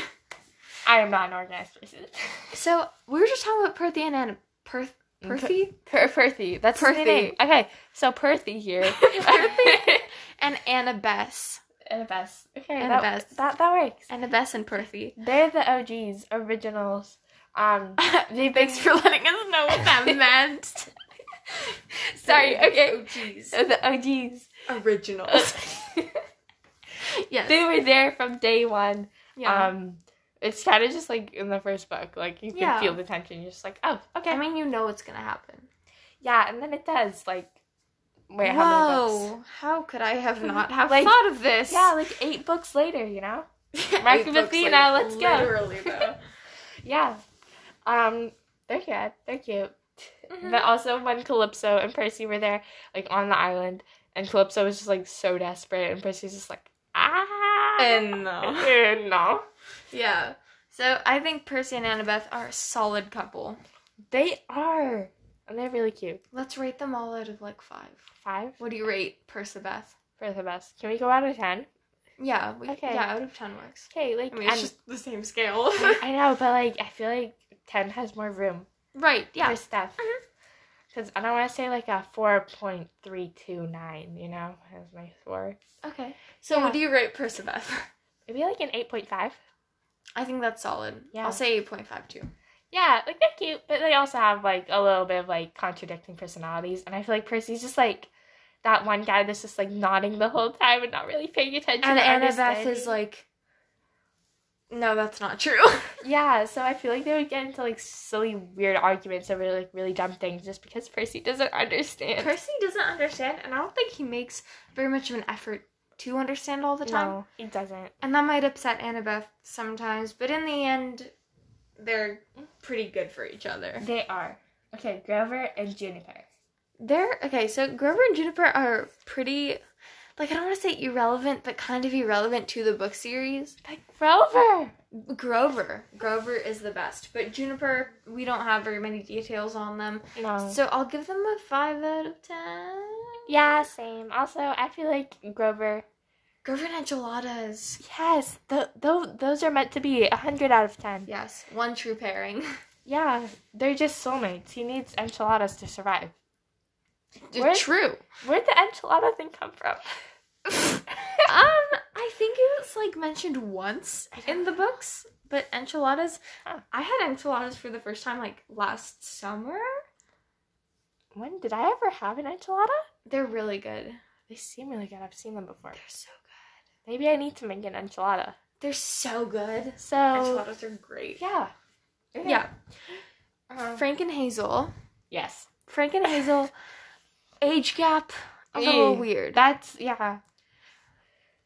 [SPEAKER 1] I am not an organized person.
[SPEAKER 2] so we were just talking about Perthy and Anna. Perth. Perthy?
[SPEAKER 1] Per- Perthy. That's his
[SPEAKER 2] Perthy.
[SPEAKER 1] name. Okay, so Perthy here.
[SPEAKER 2] Perthy. and Annabess.
[SPEAKER 1] Annabeth. Okay,
[SPEAKER 2] Annabeth.
[SPEAKER 1] that, that that works.
[SPEAKER 2] Annabess and Perthy.
[SPEAKER 1] They're the OGs, originals. Um, they've been
[SPEAKER 2] Thanks for letting us know what that meant.
[SPEAKER 1] Sorry, okay.
[SPEAKER 2] Oh, jeez.
[SPEAKER 1] the OGs.
[SPEAKER 2] Originals. yes.
[SPEAKER 1] They were there from day one.
[SPEAKER 2] yeah.
[SPEAKER 1] Um, it's kind of just like in the first book, like you can
[SPEAKER 2] Yeah.
[SPEAKER 1] feel the tension. You're just like, oh, okay,
[SPEAKER 2] I mean, you know what's gonna happen.
[SPEAKER 1] yeah, and then it does like, wait, how many books?
[SPEAKER 2] Whoa, how could I have not have
[SPEAKER 1] Like-
[SPEAKER 2] thought of this?
[SPEAKER 1] Yeah, like eight books later, you know. Mark
[SPEAKER 2] Eight
[SPEAKER 1] of
[SPEAKER 2] books
[SPEAKER 1] Athena,
[SPEAKER 2] later,
[SPEAKER 1] let's go.
[SPEAKER 2] Literally though.
[SPEAKER 1] Yeah. Um, they're good. They're cute.
[SPEAKER 2] Mhm.
[SPEAKER 1] But also when Calypso and Percy were there, like on the island, and Calypso was just like so desperate, and Percy's just like, ah,
[SPEAKER 2] And no.
[SPEAKER 1] and no.
[SPEAKER 2] yeah. So I think Percy and Annabeth are a solid couple.
[SPEAKER 1] They are, and they're really cute.
[SPEAKER 2] Let's rate them all out of like five.
[SPEAKER 1] Five
[SPEAKER 2] What do you rate Persebeth?
[SPEAKER 1] for the best. Can we go out of ten?
[SPEAKER 2] Yeah. We,
[SPEAKER 1] Okay.
[SPEAKER 2] Yeah, out of ten works.
[SPEAKER 1] Okay, like
[SPEAKER 2] I mean, it's
[SPEAKER 1] and-
[SPEAKER 2] just the same scale.
[SPEAKER 1] I know, but like I feel like ten has more room
[SPEAKER 2] right. Yeah.
[SPEAKER 1] for stuff.
[SPEAKER 2] Mhm.
[SPEAKER 1] Because I don't want to say like a four point three two nine, you know, as my score.
[SPEAKER 2] Okay. So
[SPEAKER 1] Yeah.
[SPEAKER 2] what do you rate Persebeth?
[SPEAKER 1] Maybe like an eight point five.
[SPEAKER 2] I think that's solid.
[SPEAKER 1] Yeah.
[SPEAKER 2] I'll say eight point five two.
[SPEAKER 1] Yeah, like they're cute, but they also have like a little bit of like contradicting personalities. And I feel like Percy's just like that one guy that's just like nodding the whole time and not really paying attention.
[SPEAKER 2] And
[SPEAKER 1] or
[SPEAKER 2] Annabeth
[SPEAKER 1] understanding.
[SPEAKER 2] is like, no, that's not true.
[SPEAKER 1] yeah. So I feel like they would get into like silly, weird arguments over like really dumb things just because Percy doesn't understand.
[SPEAKER 2] Percy doesn't understand, and I don't think he makes very much of an effort to understand all the time.
[SPEAKER 1] no, he doesn't.
[SPEAKER 2] And that might upset Annabeth sometimes, but in the end, they're pretty good for each other.
[SPEAKER 1] They are okay. Grover and Juniper.
[SPEAKER 2] They're okay, so Grover and Juniper are pretty, like, I don't want to say irrelevant, but kind of irrelevant to the book series.
[SPEAKER 1] Like Grover.
[SPEAKER 2] Grover. Grover is the best, but Juniper, we don't have very many details on them.
[SPEAKER 1] No.
[SPEAKER 2] So I'll give them a 5 out of 10.
[SPEAKER 1] yeah, same. Also, I feel like Grover.
[SPEAKER 2] Grover and enchiladas.
[SPEAKER 1] Yes, th- th- those are meant to be a hundred out of ten.
[SPEAKER 2] Yes, one true pairing.
[SPEAKER 1] Yeah, they're just soulmates. He needs enchiladas to survive. Where-
[SPEAKER 2] Just true.
[SPEAKER 1] Where'd the enchilada thing come from?
[SPEAKER 2] um, I think it was like mentioned once in the books, but enchiladas.
[SPEAKER 1] Huh.
[SPEAKER 2] I had enchiladas for the first time like last summer.
[SPEAKER 1] When did I ever have an enchilada?
[SPEAKER 2] They're really good. They're
[SPEAKER 1] They seem really good. I've seen them before.
[SPEAKER 2] so good.
[SPEAKER 1] Maybe I need to make an enchilada.
[SPEAKER 2] They're so good.
[SPEAKER 1] So
[SPEAKER 2] Enchiladas are great.
[SPEAKER 1] yeah,
[SPEAKER 2] Yeah.
[SPEAKER 1] Uh,
[SPEAKER 2] Frank and Hazel.
[SPEAKER 1] yes,
[SPEAKER 2] Frank and Hazel. age gap. A little
[SPEAKER 1] Eh.
[SPEAKER 2] weird.
[SPEAKER 1] that's yeah.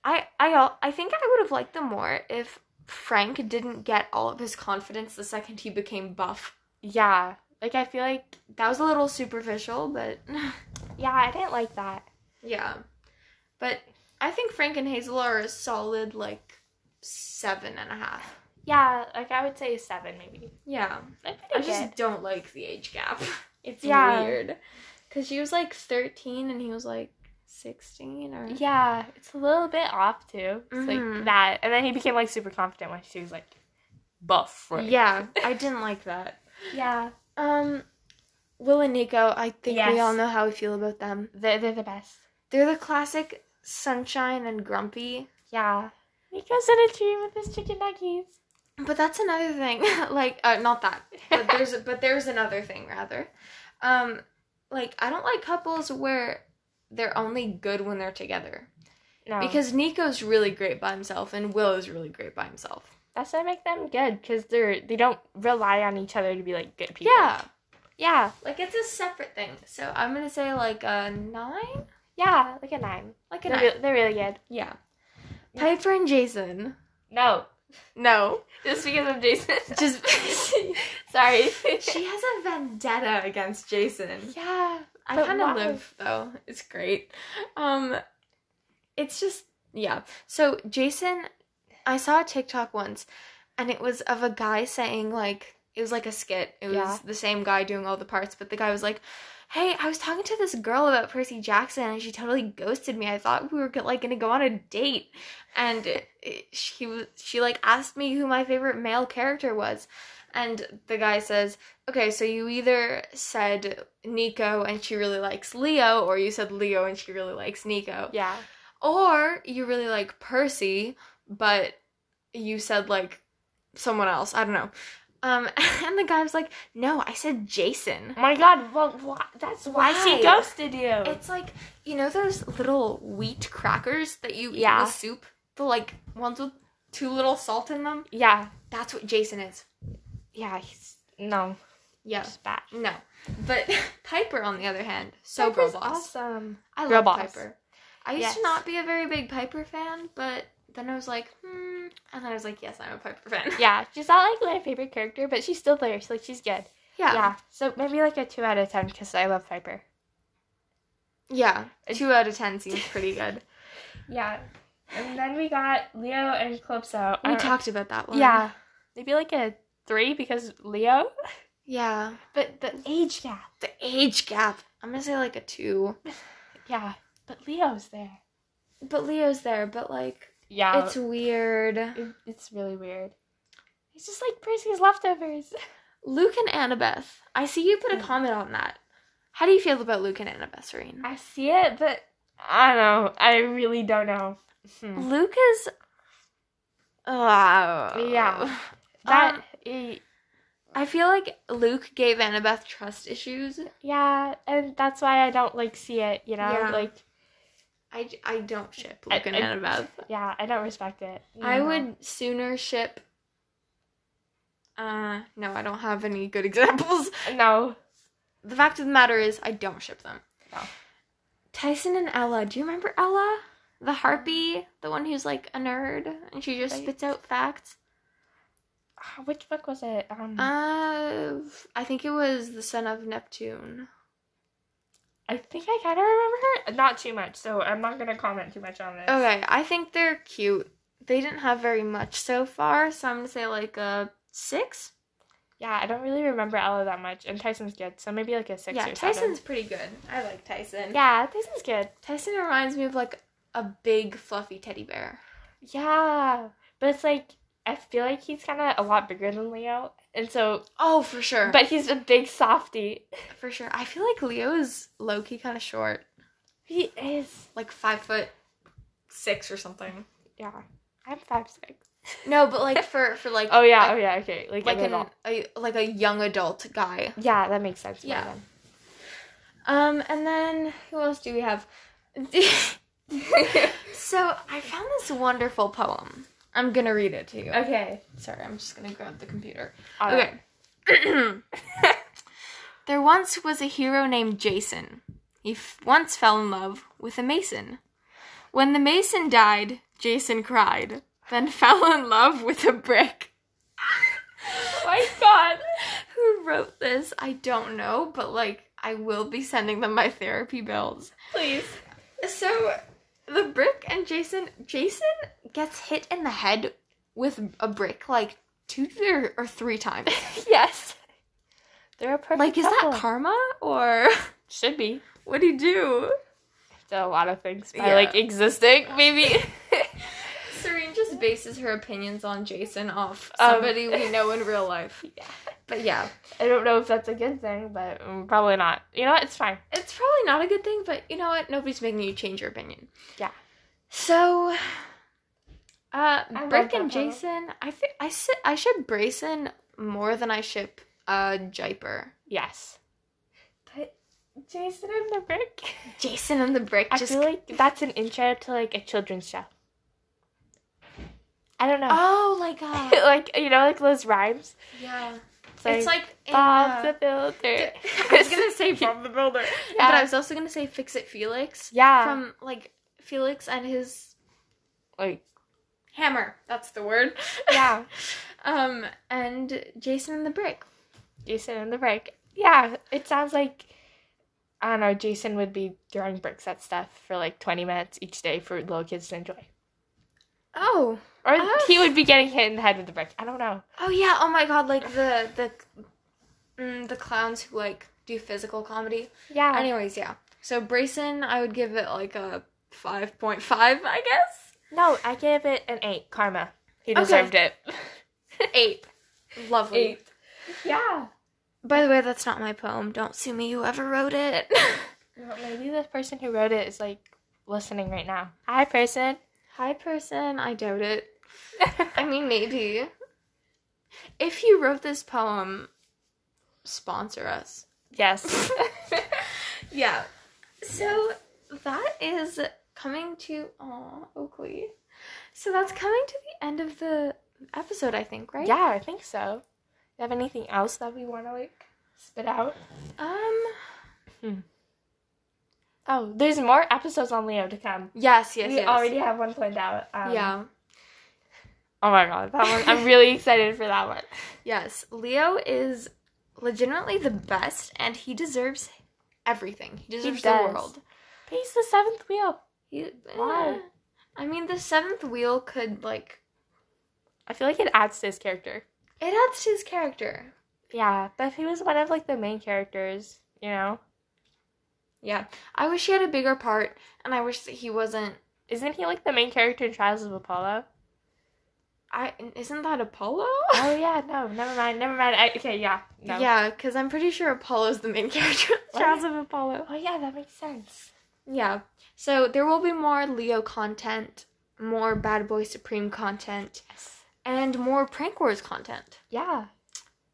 [SPEAKER 2] I I al- I think I would have liked them more if Frank didn't get all of his confidence the second he became buff.
[SPEAKER 1] Yeah. Like I feel like
[SPEAKER 2] That was a little superficial, but
[SPEAKER 1] yeah, I didn't like that.
[SPEAKER 2] yeah. But I think Frank and Hazel are a solid like seven and a half.
[SPEAKER 1] Yeah, like I would say a seven maybe.
[SPEAKER 2] Yeah,
[SPEAKER 1] Like
[SPEAKER 2] I
[SPEAKER 1] pretty
[SPEAKER 2] just
[SPEAKER 1] good.
[SPEAKER 2] don't like the age gap. It's
[SPEAKER 1] Yeah.
[SPEAKER 2] weird because she was like thirteen and he was like sixteen or
[SPEAKER 1] Yeah, it's a little bit off too. It's
[SPEAKER 2] Mhm.
[SPEAKER 1] like that. And then he became like super confident when she was like buff. Right?
[SPEAKER 2] yeah. I didn't like that.
[SPEAKER 1] Yeah.
[SPEAKER 2] Um, Will and Nico. I think we
[SPEAKER 1] Yes.
[SPEAKER 2] all know how we feel about them.
[SPEAKER 1] They're, they're the best.
[SPEAKER 2] They're the classic sunshine and grumpy.
[SPEAKER 1] Yeah. Nico's in a tree with his chicken nuggies.
[SPEAKER 2] But that's another thing. like uh, not that. But there's but there's another thing rather. Um like I don't like couples where they're only good when they're together.
[SPEAKER 1] No.
[SPEAKER 2] Because Nico's really great by himself and Will is really great by himself.
[SPEAKER 1] that's what make them good because they're they don't rely on each other to be like good people.
[SPEAKER 2] Yeah.
[SPEAKER 1] Yeah.
[SPEAKER 2] Like it's a separate thing. So I'm going to say like a 9,
[SPEAKER 1] Yeah. Like a nine.
[SPEAKER 2] like a
[SPEAKER 1] They're,
[SPEAKER 2] 9.
[SPEAKER 1] re- they're really good.
[SPEAKER 2] yeah.
[SPEAKER 1] Yeah.
[SPEAKER 2] Piper and Jason.
[SPEAKER 1] No.
[SPEAKER 2] No.
[SPEAKER 1] Just because of Jason.
[SPEAKER 2] Just
[SPEAKER 1] Sorry.
[SPEAKER 2] She has a vendetta against Jason.
[SPEAKER 1] yeah.
[SPEAKER 2] I
[SPEAKER 1] But
[SPEAKER 2] kind of
[SPEAKER 1] why?
[SPEAKER 2] live though. It's great. Um it's just yeah. So Jason I saw a TikTok once and it was of a guy saying like it was like a skit. It was
[SPEAKER 1] Yeah.
[SPEAKER 2] the same guy doing all the parts, but the guy was like, "Hey, I was talking to this girl about Percy Jackson and she totally ghosted me. I thought we were go- like going to go on a date." And it- it- she was she like asked me who my favorite male character was. And the guy says, "Okay, so you either said Nico and she really likes Leo, or you said Leo and she really likes Nico,
[SPEAKER 1] Yeah.
[SPEAKER 2] or you really like Percy, but you said like someone else. I don't know." Um, and the guy was like, "No, I said Jason."
[SPEAKER 1] Oh my god, well, why, that's why,
[SPEAKER 2] Why?
[SPEAKER 1] she ghosted you.
[SPEAKER 2] It's like you know those little wheat crackers that you eat
[SPEAKER 1] Yeah.
[SPEAKER 2] with soup, the like ones with too little salt in them.
[SPEAKER 1] yeah,
[SPEAKER 2] That's what Jason is.
[SPEAKER 1] yeah, he's no,
[SPEAKER 2] Yeah.
[SPEAKER 1] he's bad.
[SPEAKER 2] No, but Piper, on the other hand, so girl
[SPEAKER 1] Piper's
[SPEAKER 2] boss.
[SPEAKER 1] awesome.
[SPEAKER 2] I
[SPEAKER 1] Girl
[SPEAKER 2] love
[SPEAKER 1] boss.
[SPEAKER 2] Piper. I used to
[SPEAKER 1] Yes.
[SPEAKER 2] not be a very big Piper fan, but then I was like, hmm, and then I was like, yes, I'm a Piper fan.
[SPEAKER 1] Yeah, she's not like my favorite character, but she's still there. She's like she's good. Yeah.
[SPEAKER 2] yeah, yeah.
[SPEAKER 1] So maybe like a two out of ten because I love Piper.
[SPEAKER 2] Two out of ten seems pretty good.
[SPEAKER 1] Yeah. And then we got Leo and Calypso.
[SPEAKER 2] we talked about that one.
[SPEAKER 1] Yeah. Maybe like a three because Leo.
[SPEAKER 2] yeah.
[SPEAKER 1] But the age gap.
[SPEAKER 2] The age gap. I'm gonna say like a two,
[SPEAKER 1] Yeah. But Leo's there.
[SPEAKER 2] but Leo's there. But like,
[SPEAKER 1] Yeah.
[SPEAKER 2] it's weird.
[SPEAKER 1] it- it's really weird. He's just like Percy's leftovers.
[SPEAKER 2] Luke and Annabeth. I see you put a comment on that. How do you feel about Luke and Annabeth, Serene?
[SPEAKER 1] I see it, but I don't know. I really don't know. Hmm.
[SPEAKER 2] Luke is. Oh.
[SPEAKER 1] Yeah. That
[SPEAKER 2] Um,
[SPEAKER 1] eh,
[SPEAKER 2] I feel like Luke gave Annabeth trust issues.
[SPEAKER 1] yeah, and that's why I don't like see it. You know,
[SPEAKER 2] Yeah.
[SPEAKER 1] like
[SPEAKER 2] I, I don't ship
[SPEAKER 1] I-
[SPEAKER 2] Luke and
[SPEAKER 1] I-
[SPEAKER 2] Annabeth.
[SPEAKER 1] yeah, I don't respect it. you
[SPEAKER 2] I
[SPEAKER 1] know?
[SPEAKER 2] would sooner ship. Uh, no, I don't have any good examples.
[SPEAKER 1] no.
[SPEAKER 2] The fact of the matter is, I don't ship them.
[SPEAKER 1] No.
[SPEAKER 2] Tyson and Ella. Do you remember Ella? The harpy, the one who's like a nerd and she just
[SPEAKER 1] Right.
[SPEAKER 2] spits out facts.
[SPEAKER 1] Ah, Which book was it? Um,
[SPEAKER 2] Uh, I think it was the son of Neptune.
[SPEAKER 1] I think I kind of remember her. Not too much, so I'm not gonna comment too much on this.
[SPEAKER 2] Okay, I think they're cute. They didn't have very much so far, so I'm gonna say like a six.
[SPEAKER 1] Yeah, I don't really remember Ella that much, and Tyson's good, so maybe like a six
[SPEAKER 2] yeah,
[SPEAKER 1] or
[SPEAKER 2] Tyson's
[SPEAKER 1] seven.
[SPEAKER 2] pretty good. I like Tyson. Yeah,
[SPEAKER 1] Yeah, Tyson's good.
[SPEAKER 2] Tyson reminds me of like a big fluffy teddy bear.
[SPEAKER 1] Yeah, but it's like I feel like he's kind of a lot bigger than Leo, and so
[SPEAKER 2] Oh, for sure.
[SPEAKER 1] but he's a big softie.
[SPEAKER 2] for sure, I feel like Leo is low key kind of short,
[SPEAKER 1] He is.
[SPEAKER 2] like five foot six or something.
[SPEAKER 1] Yeah, I'm five six.
[SPEAKER 2] No, but like for for like
[SPEAKER 1] Oh yeah, oh yeah, okay. Like,
[SPEAKER 2] like
[SPEAKER 1] an
[SPEAKER 2] an
[SPEAKER 1] adult.
[SPEAKER 2] a, like a young adult guy.
[SPEAKER 1] Yeah, that makes sense.
[SPEAKER 2] Yeah.
[SPEAKER 1] Yeah.
[SPEAKER 2] Um, and then who else do we have? so I found this wonderful poem. I'm gonna read it to you.
[SPEAKER 1] okay. Uh,
[SPEAKER 2] Sorry, I'm just gonna grab the computer.
[SPEAKER 1] Alright.
[SPEAKER 2] Okay. there once was a hero named Jason. He f- once fell in love with a mason. When the mason died, Jason cried, then fell in love with a brick.
[SPEAKER 1] Oh my god.
[SPEAKER 2] Who wrote this? I don't know, but like, I will be sending them my therapy bills.
[SPEAKER 1] Please.
[SPEAKER 2] So, the brick and Jason, Jason gets hit in the head with a brick like two or, or three times.
[SPEAKER 1] Yes. They're a perfect
[SPEAKER 2] Like, is
[SPEAKER 1] couple.
[SPEAKER 2] that karma or
[SPEAKER 1] Should be.
[SPEAKER 2] what do you do?
[SPEAKER 1] Did a lot of things by
[SPEAKER 2] Yeah.
[SPEAKER 1] like existing, maybe.
[SPEAKER 2] Serene just bases her opinions on Jason off
[SPEAKER 1] Um,
[SPEAKER 2] somebody we know in real life. But yeah,
[SPEAKER 1] I don't know if that's a good thing, but mm, probably not. You know what? It's fine.
[SPEAKER 2] it's probably not a good thing, but you know what? Nobody's making you change your opinion.
[SPEAKER 1] Yeah.
[SPEAKER 2] So, uh,
[SPEAKER 1] love
[SPEAKER 2] Brick
[SPEAKER 1] that
[SPEAKER 2] and
[SPEAKER 1] poem.
[SPEAKER 2] Jason, I think I si- I ship Brayson more than I ship uh Jiper.
[SPEAKER 1] Yes. But Jason and the Brick.
[SPEAKER 2] Jason and the Brick
[SPEAKER 1] I
[SPEAKER 2] just
[SPEAKER 1] feel like that's an intro to like a children's show. I don't know.
[SPEAKER 2] oh like uh,
[SPEAKER 1] like you know, like those rhymes.
[SPEAKER 2] yeah.
[SPEAKER 1] It's like,
[SPEAKER 2] It's like in,
[SPEAKER 1] Bob
[SPEAKER 2] uh,
[SPEAKER 1] the Builder.
[SPEAKER 2] I was gonna say Bob
[SPEAKER 1] the Builder.
[SPEAKER 2] but I
[SPEAKER 1] Yeah,
[SPEAKER 2] was also gonna say Fix It Felix
[SPEAKER 1] yeah.
[SPEAKER 2] from like Felix and his
[SPEAKER 1] like
[SPEAKER 2] hammer. That's the word.
[SPEAKER 1] yeah,
[SPEAKER 2] Um, and Jason and the Brick.
[SPEAKER 1] Jason and the Brick. Yeah, it sounds like I don't know. Jason would be throwing bricks at stuff for like twenty minutes each day for little kids to enjoy,
[SPEAKER 2] Oh,
[SPEAKER 1] or
[SPEAKER 2] Oh.
[SPEAKER 1] he would be getting hit in the head with a brick. I don't know.
[SPEAKER 2] oh yeah. Oh my God! Like the the mm, the clowns who like do physical comedy.
[SPEAKER 1] Yeah,
[SPEAKER 2] Anyways, yeah. So Brayson, I would give it like a five point five, I guess.
[SPEAKER 1] no, I gave it an eight. Karma, he deserved it.
[SPEAKER 2] Eight. Lovely.
[SPEAKER 1] Eight. Yeah.
[SPEAKER 2] By the way, that's not my poem. Don't sue me, whoever wrote it.
[SPEAKER 1] Maybe the person who wrote it is like listening right now. Hi, person.
[SPEAKER 2] Hi, person. I doubt it. I mean, maybe. If you wrote this poem, sponsor us.
[SPEAKER 1] yes.
[SPEAKER 2] yeah. So that is coming to aw, Oakley. So that's coming to the end of the episode, I think, right?
[SPEAKER 1] Yeah, I think so. You have anything else that we want to like spit out?
[SPEAKER 2] Um
[SPEAKER 1] Oh, there's more episodes on Leo to come.
[SPEAKER 2] Yes, yes,
[SPEAKER 1] we
[SPEAKER 2] yes.
[SPEAKER 1] already have one planned out. Um,
[SPEAKER 2] yeah.
[SPEAKER 1] Oh my god, that one! I'm really excited for that one.
[SPEAKER 2] Yes. Leo is legitimately the best and he deserves everything. He deserves
[SPEAKER 1] does.
[SPEAKER 2] the world.
[SPEAKER 1] But he's the seventh wheel.
[SPEAKER 2] He, eh,
[SPEAKER 1] Why?
[SPEAKER 2] I mean the seventh wheel could like
[SPEAKER 1] I feel like it adds to his character.
[SPEAKER 2] it adds to his character.
[SPEAKER 1] Yeah, but if he was one of like the main characters, you know,
[SPEAKER 2] Yeah. I wish he had a bigger part and I wish that he wasn't
[SPEAKER 1] isn't he like the main character in Trials of Apollo?
[SPEAKER 2] I isn't that Apollo?
[SPEAKER 1] Oh yeah, no, never mind, never mind. I, okay, yeah, no.
[SPEAKER 2] Yeah, because I'm pretty sure Apollo's the main character. of
[SPEAKER 1] What?
[SPEAKER 2] Trials of Apollo.
[SPEAKER 1] Oh yeah, that makes sense.
[SPEAKER 2] Yeah. So there will be more Leo content, more Bad Boy Supreme content,
[SPEAKER 1] Yes.
[SPEAKER 2] and more Prank Wars content.
[SPEAKER 1] Yeah.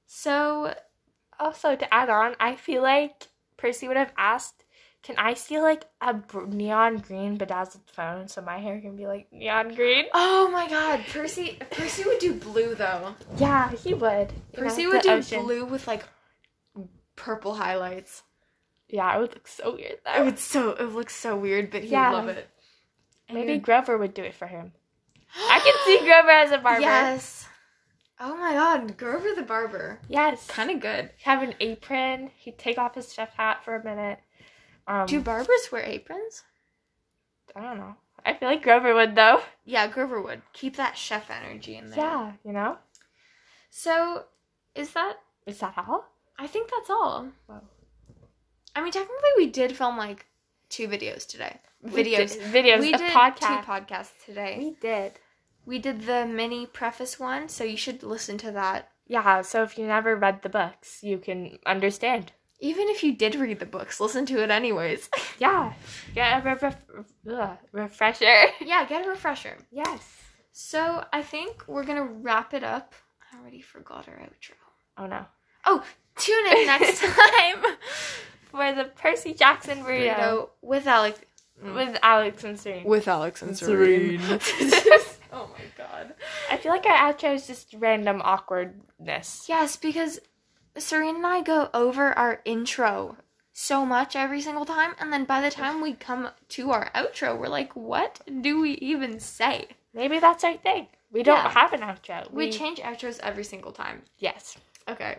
[SPEAKER 2] So
[SPEAKER 1] Also, to add on, I feel like Percy would have asked, "Can I see like a br- neon green bedazzled phone so my hair can be like neon green?"
[SPEAKER 2] Oh my god, Percy Percy would do blue though.
[SPEAKER 1] Yeah, he would. You
[SPEAKER 2] Percy
[SPEAKER 1] know,
[SPEAKER 2] would
[SPEAKER 1] the
[SPEAKER 2] do
[SPEAKER 1] ocean.
[SPEAKER 2] blue with like purple highlights.
[SPEAKER 1] Yeah, it would look so weird
[SPEAKER 2] It
[SPEAKER 1] though.
[SPEAKER 2] would so it looks so weird, but he'd
[SPEAKER 1] Yeah.
[SPEAKER 2] love it. And
[SPEAKER 1] Maybe
[SPEAKER 2] you'd-
[SPEAKER 1] Grover would do it for him. I can see Grover as a barber.
[SPEAKER 2] Yes. Oh my god, Grover the barber.
[SPEAKER 1] Yes.
[SPEAKER 2] Kind of good.
[SPEAKER 1] Have an apron. He'd take off his chef hat for a minute. Um,
[SPEAKER 2] Do barbers wear aprons?
[SPEAKER 1] I don't know. I feel like Grover would though.
[SPEAKER 2] Yeah, Grover would. Keep that chef energy in there.
[SPEAKER 1] Yeah, you know.
[SPEAKER 2] So, is that
[SPEAKER 1] Is that all?
[SPEAKER 2] I think that's all.
[SPEAKER 1] Wow.
[SPEAKER 2] I mean, technically we did film like two videos today.
[SPEAKER 1] We did-
[SPEAKER 2] Videos.
[SPEAKER 1] videos.
[SPEAKER 2] We
[SPEAKER 1] a
[SPEAKER 2] did
[SPEAKER 1] podcast.
[SPEAKER 2] two podcasts today.
[SPEAKER 1] we did.
[SPEAKER 2] We did the mini preface one, so you should listen to that.
[SPEAKER 1] Yeah, so if you never read the books, you can understand.
[SPEAKER 2] Even if you did read the books, listen to it anyways.
[SPEAKER 1] Yeah, get a re- ref- ugh, refresher.
[SPEAKER 2] yeah, get a refresher.
[SPEAKER 1] Yes.
[SPEAKER 2] So I think we're gonna wrap it up. I already forgot our outro.
[SPEAKER 1] Oh no.
[SPEAKER 2] Tune in next time
[SPEAKER 1] for the Percy Jackson burrito
[SPEAKER 2] burrito with Alex.
[SPEAKER 1] with Alex and Serene.
[SPEAKER 2] With Alex and
[SPEAKER 3] Serene.
[SPEAKER 2] oh my god.
[SPEAKER 1] I feel like our outro is just random awkwardness.
[SPEAKER 2] Yes, because Serene and I go over our intro so much every single time, and then by the time we come to our outro, we're like, what do we even say?
[SPEAKER 1] Maybe that's our thing. We don't
[SPEAKER 2] Yeah.
[SPEAKER 1] have an outro.
[SPEAKER 2] We change outros every single time.
[SPEAKER 1] yes.
[SPEAKER 2] Okay.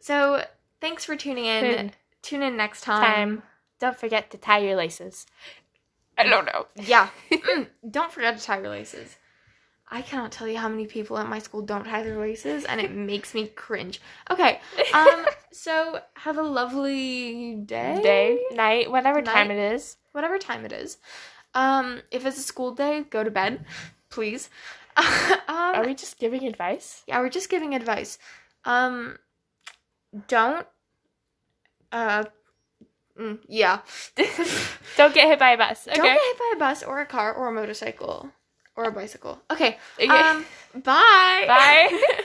[SPEAKER 2] So thanks for tuning in. um,
[SPEAKER 1] Tune.
[SPEAKER 2] Tune in next time.
[SPEAKER 1] Time. Don't forget to tie your laces. I don't know.
[SPEAKER 2] Yeah. Mm, don't forget to tie your laces. I cannot tell you how many people at my school don't tie their laces, and it makes me cringe. Okay. Um. So have a lovely day.
[SPEAKER 1] Day, night, whatever time
[SPEAKER 2] Night.
[SPEAKER 1] it is.
[SPEAKER 2] Whatever time it is. Um. If it's a school day, go to bed, please.
[SPEAKER 1] Are
[SPEAKER 2] um.
[SPEAKER 1] we just giving advice?
[SPEAKER 2] yeah, we're just giving advice. Um. Don't. Uh. mm, yeah.
[SPEAKER 1] Don't get hit by a bus. Okay.
[SPEAKER 2] Don't get hit by a bus or a car or a motorcycle or a bicycle. Okay.
[SPEAKER 1] Okay.
[SPEAKER 2] Um, bye.
[SPEAKER 1] Bye.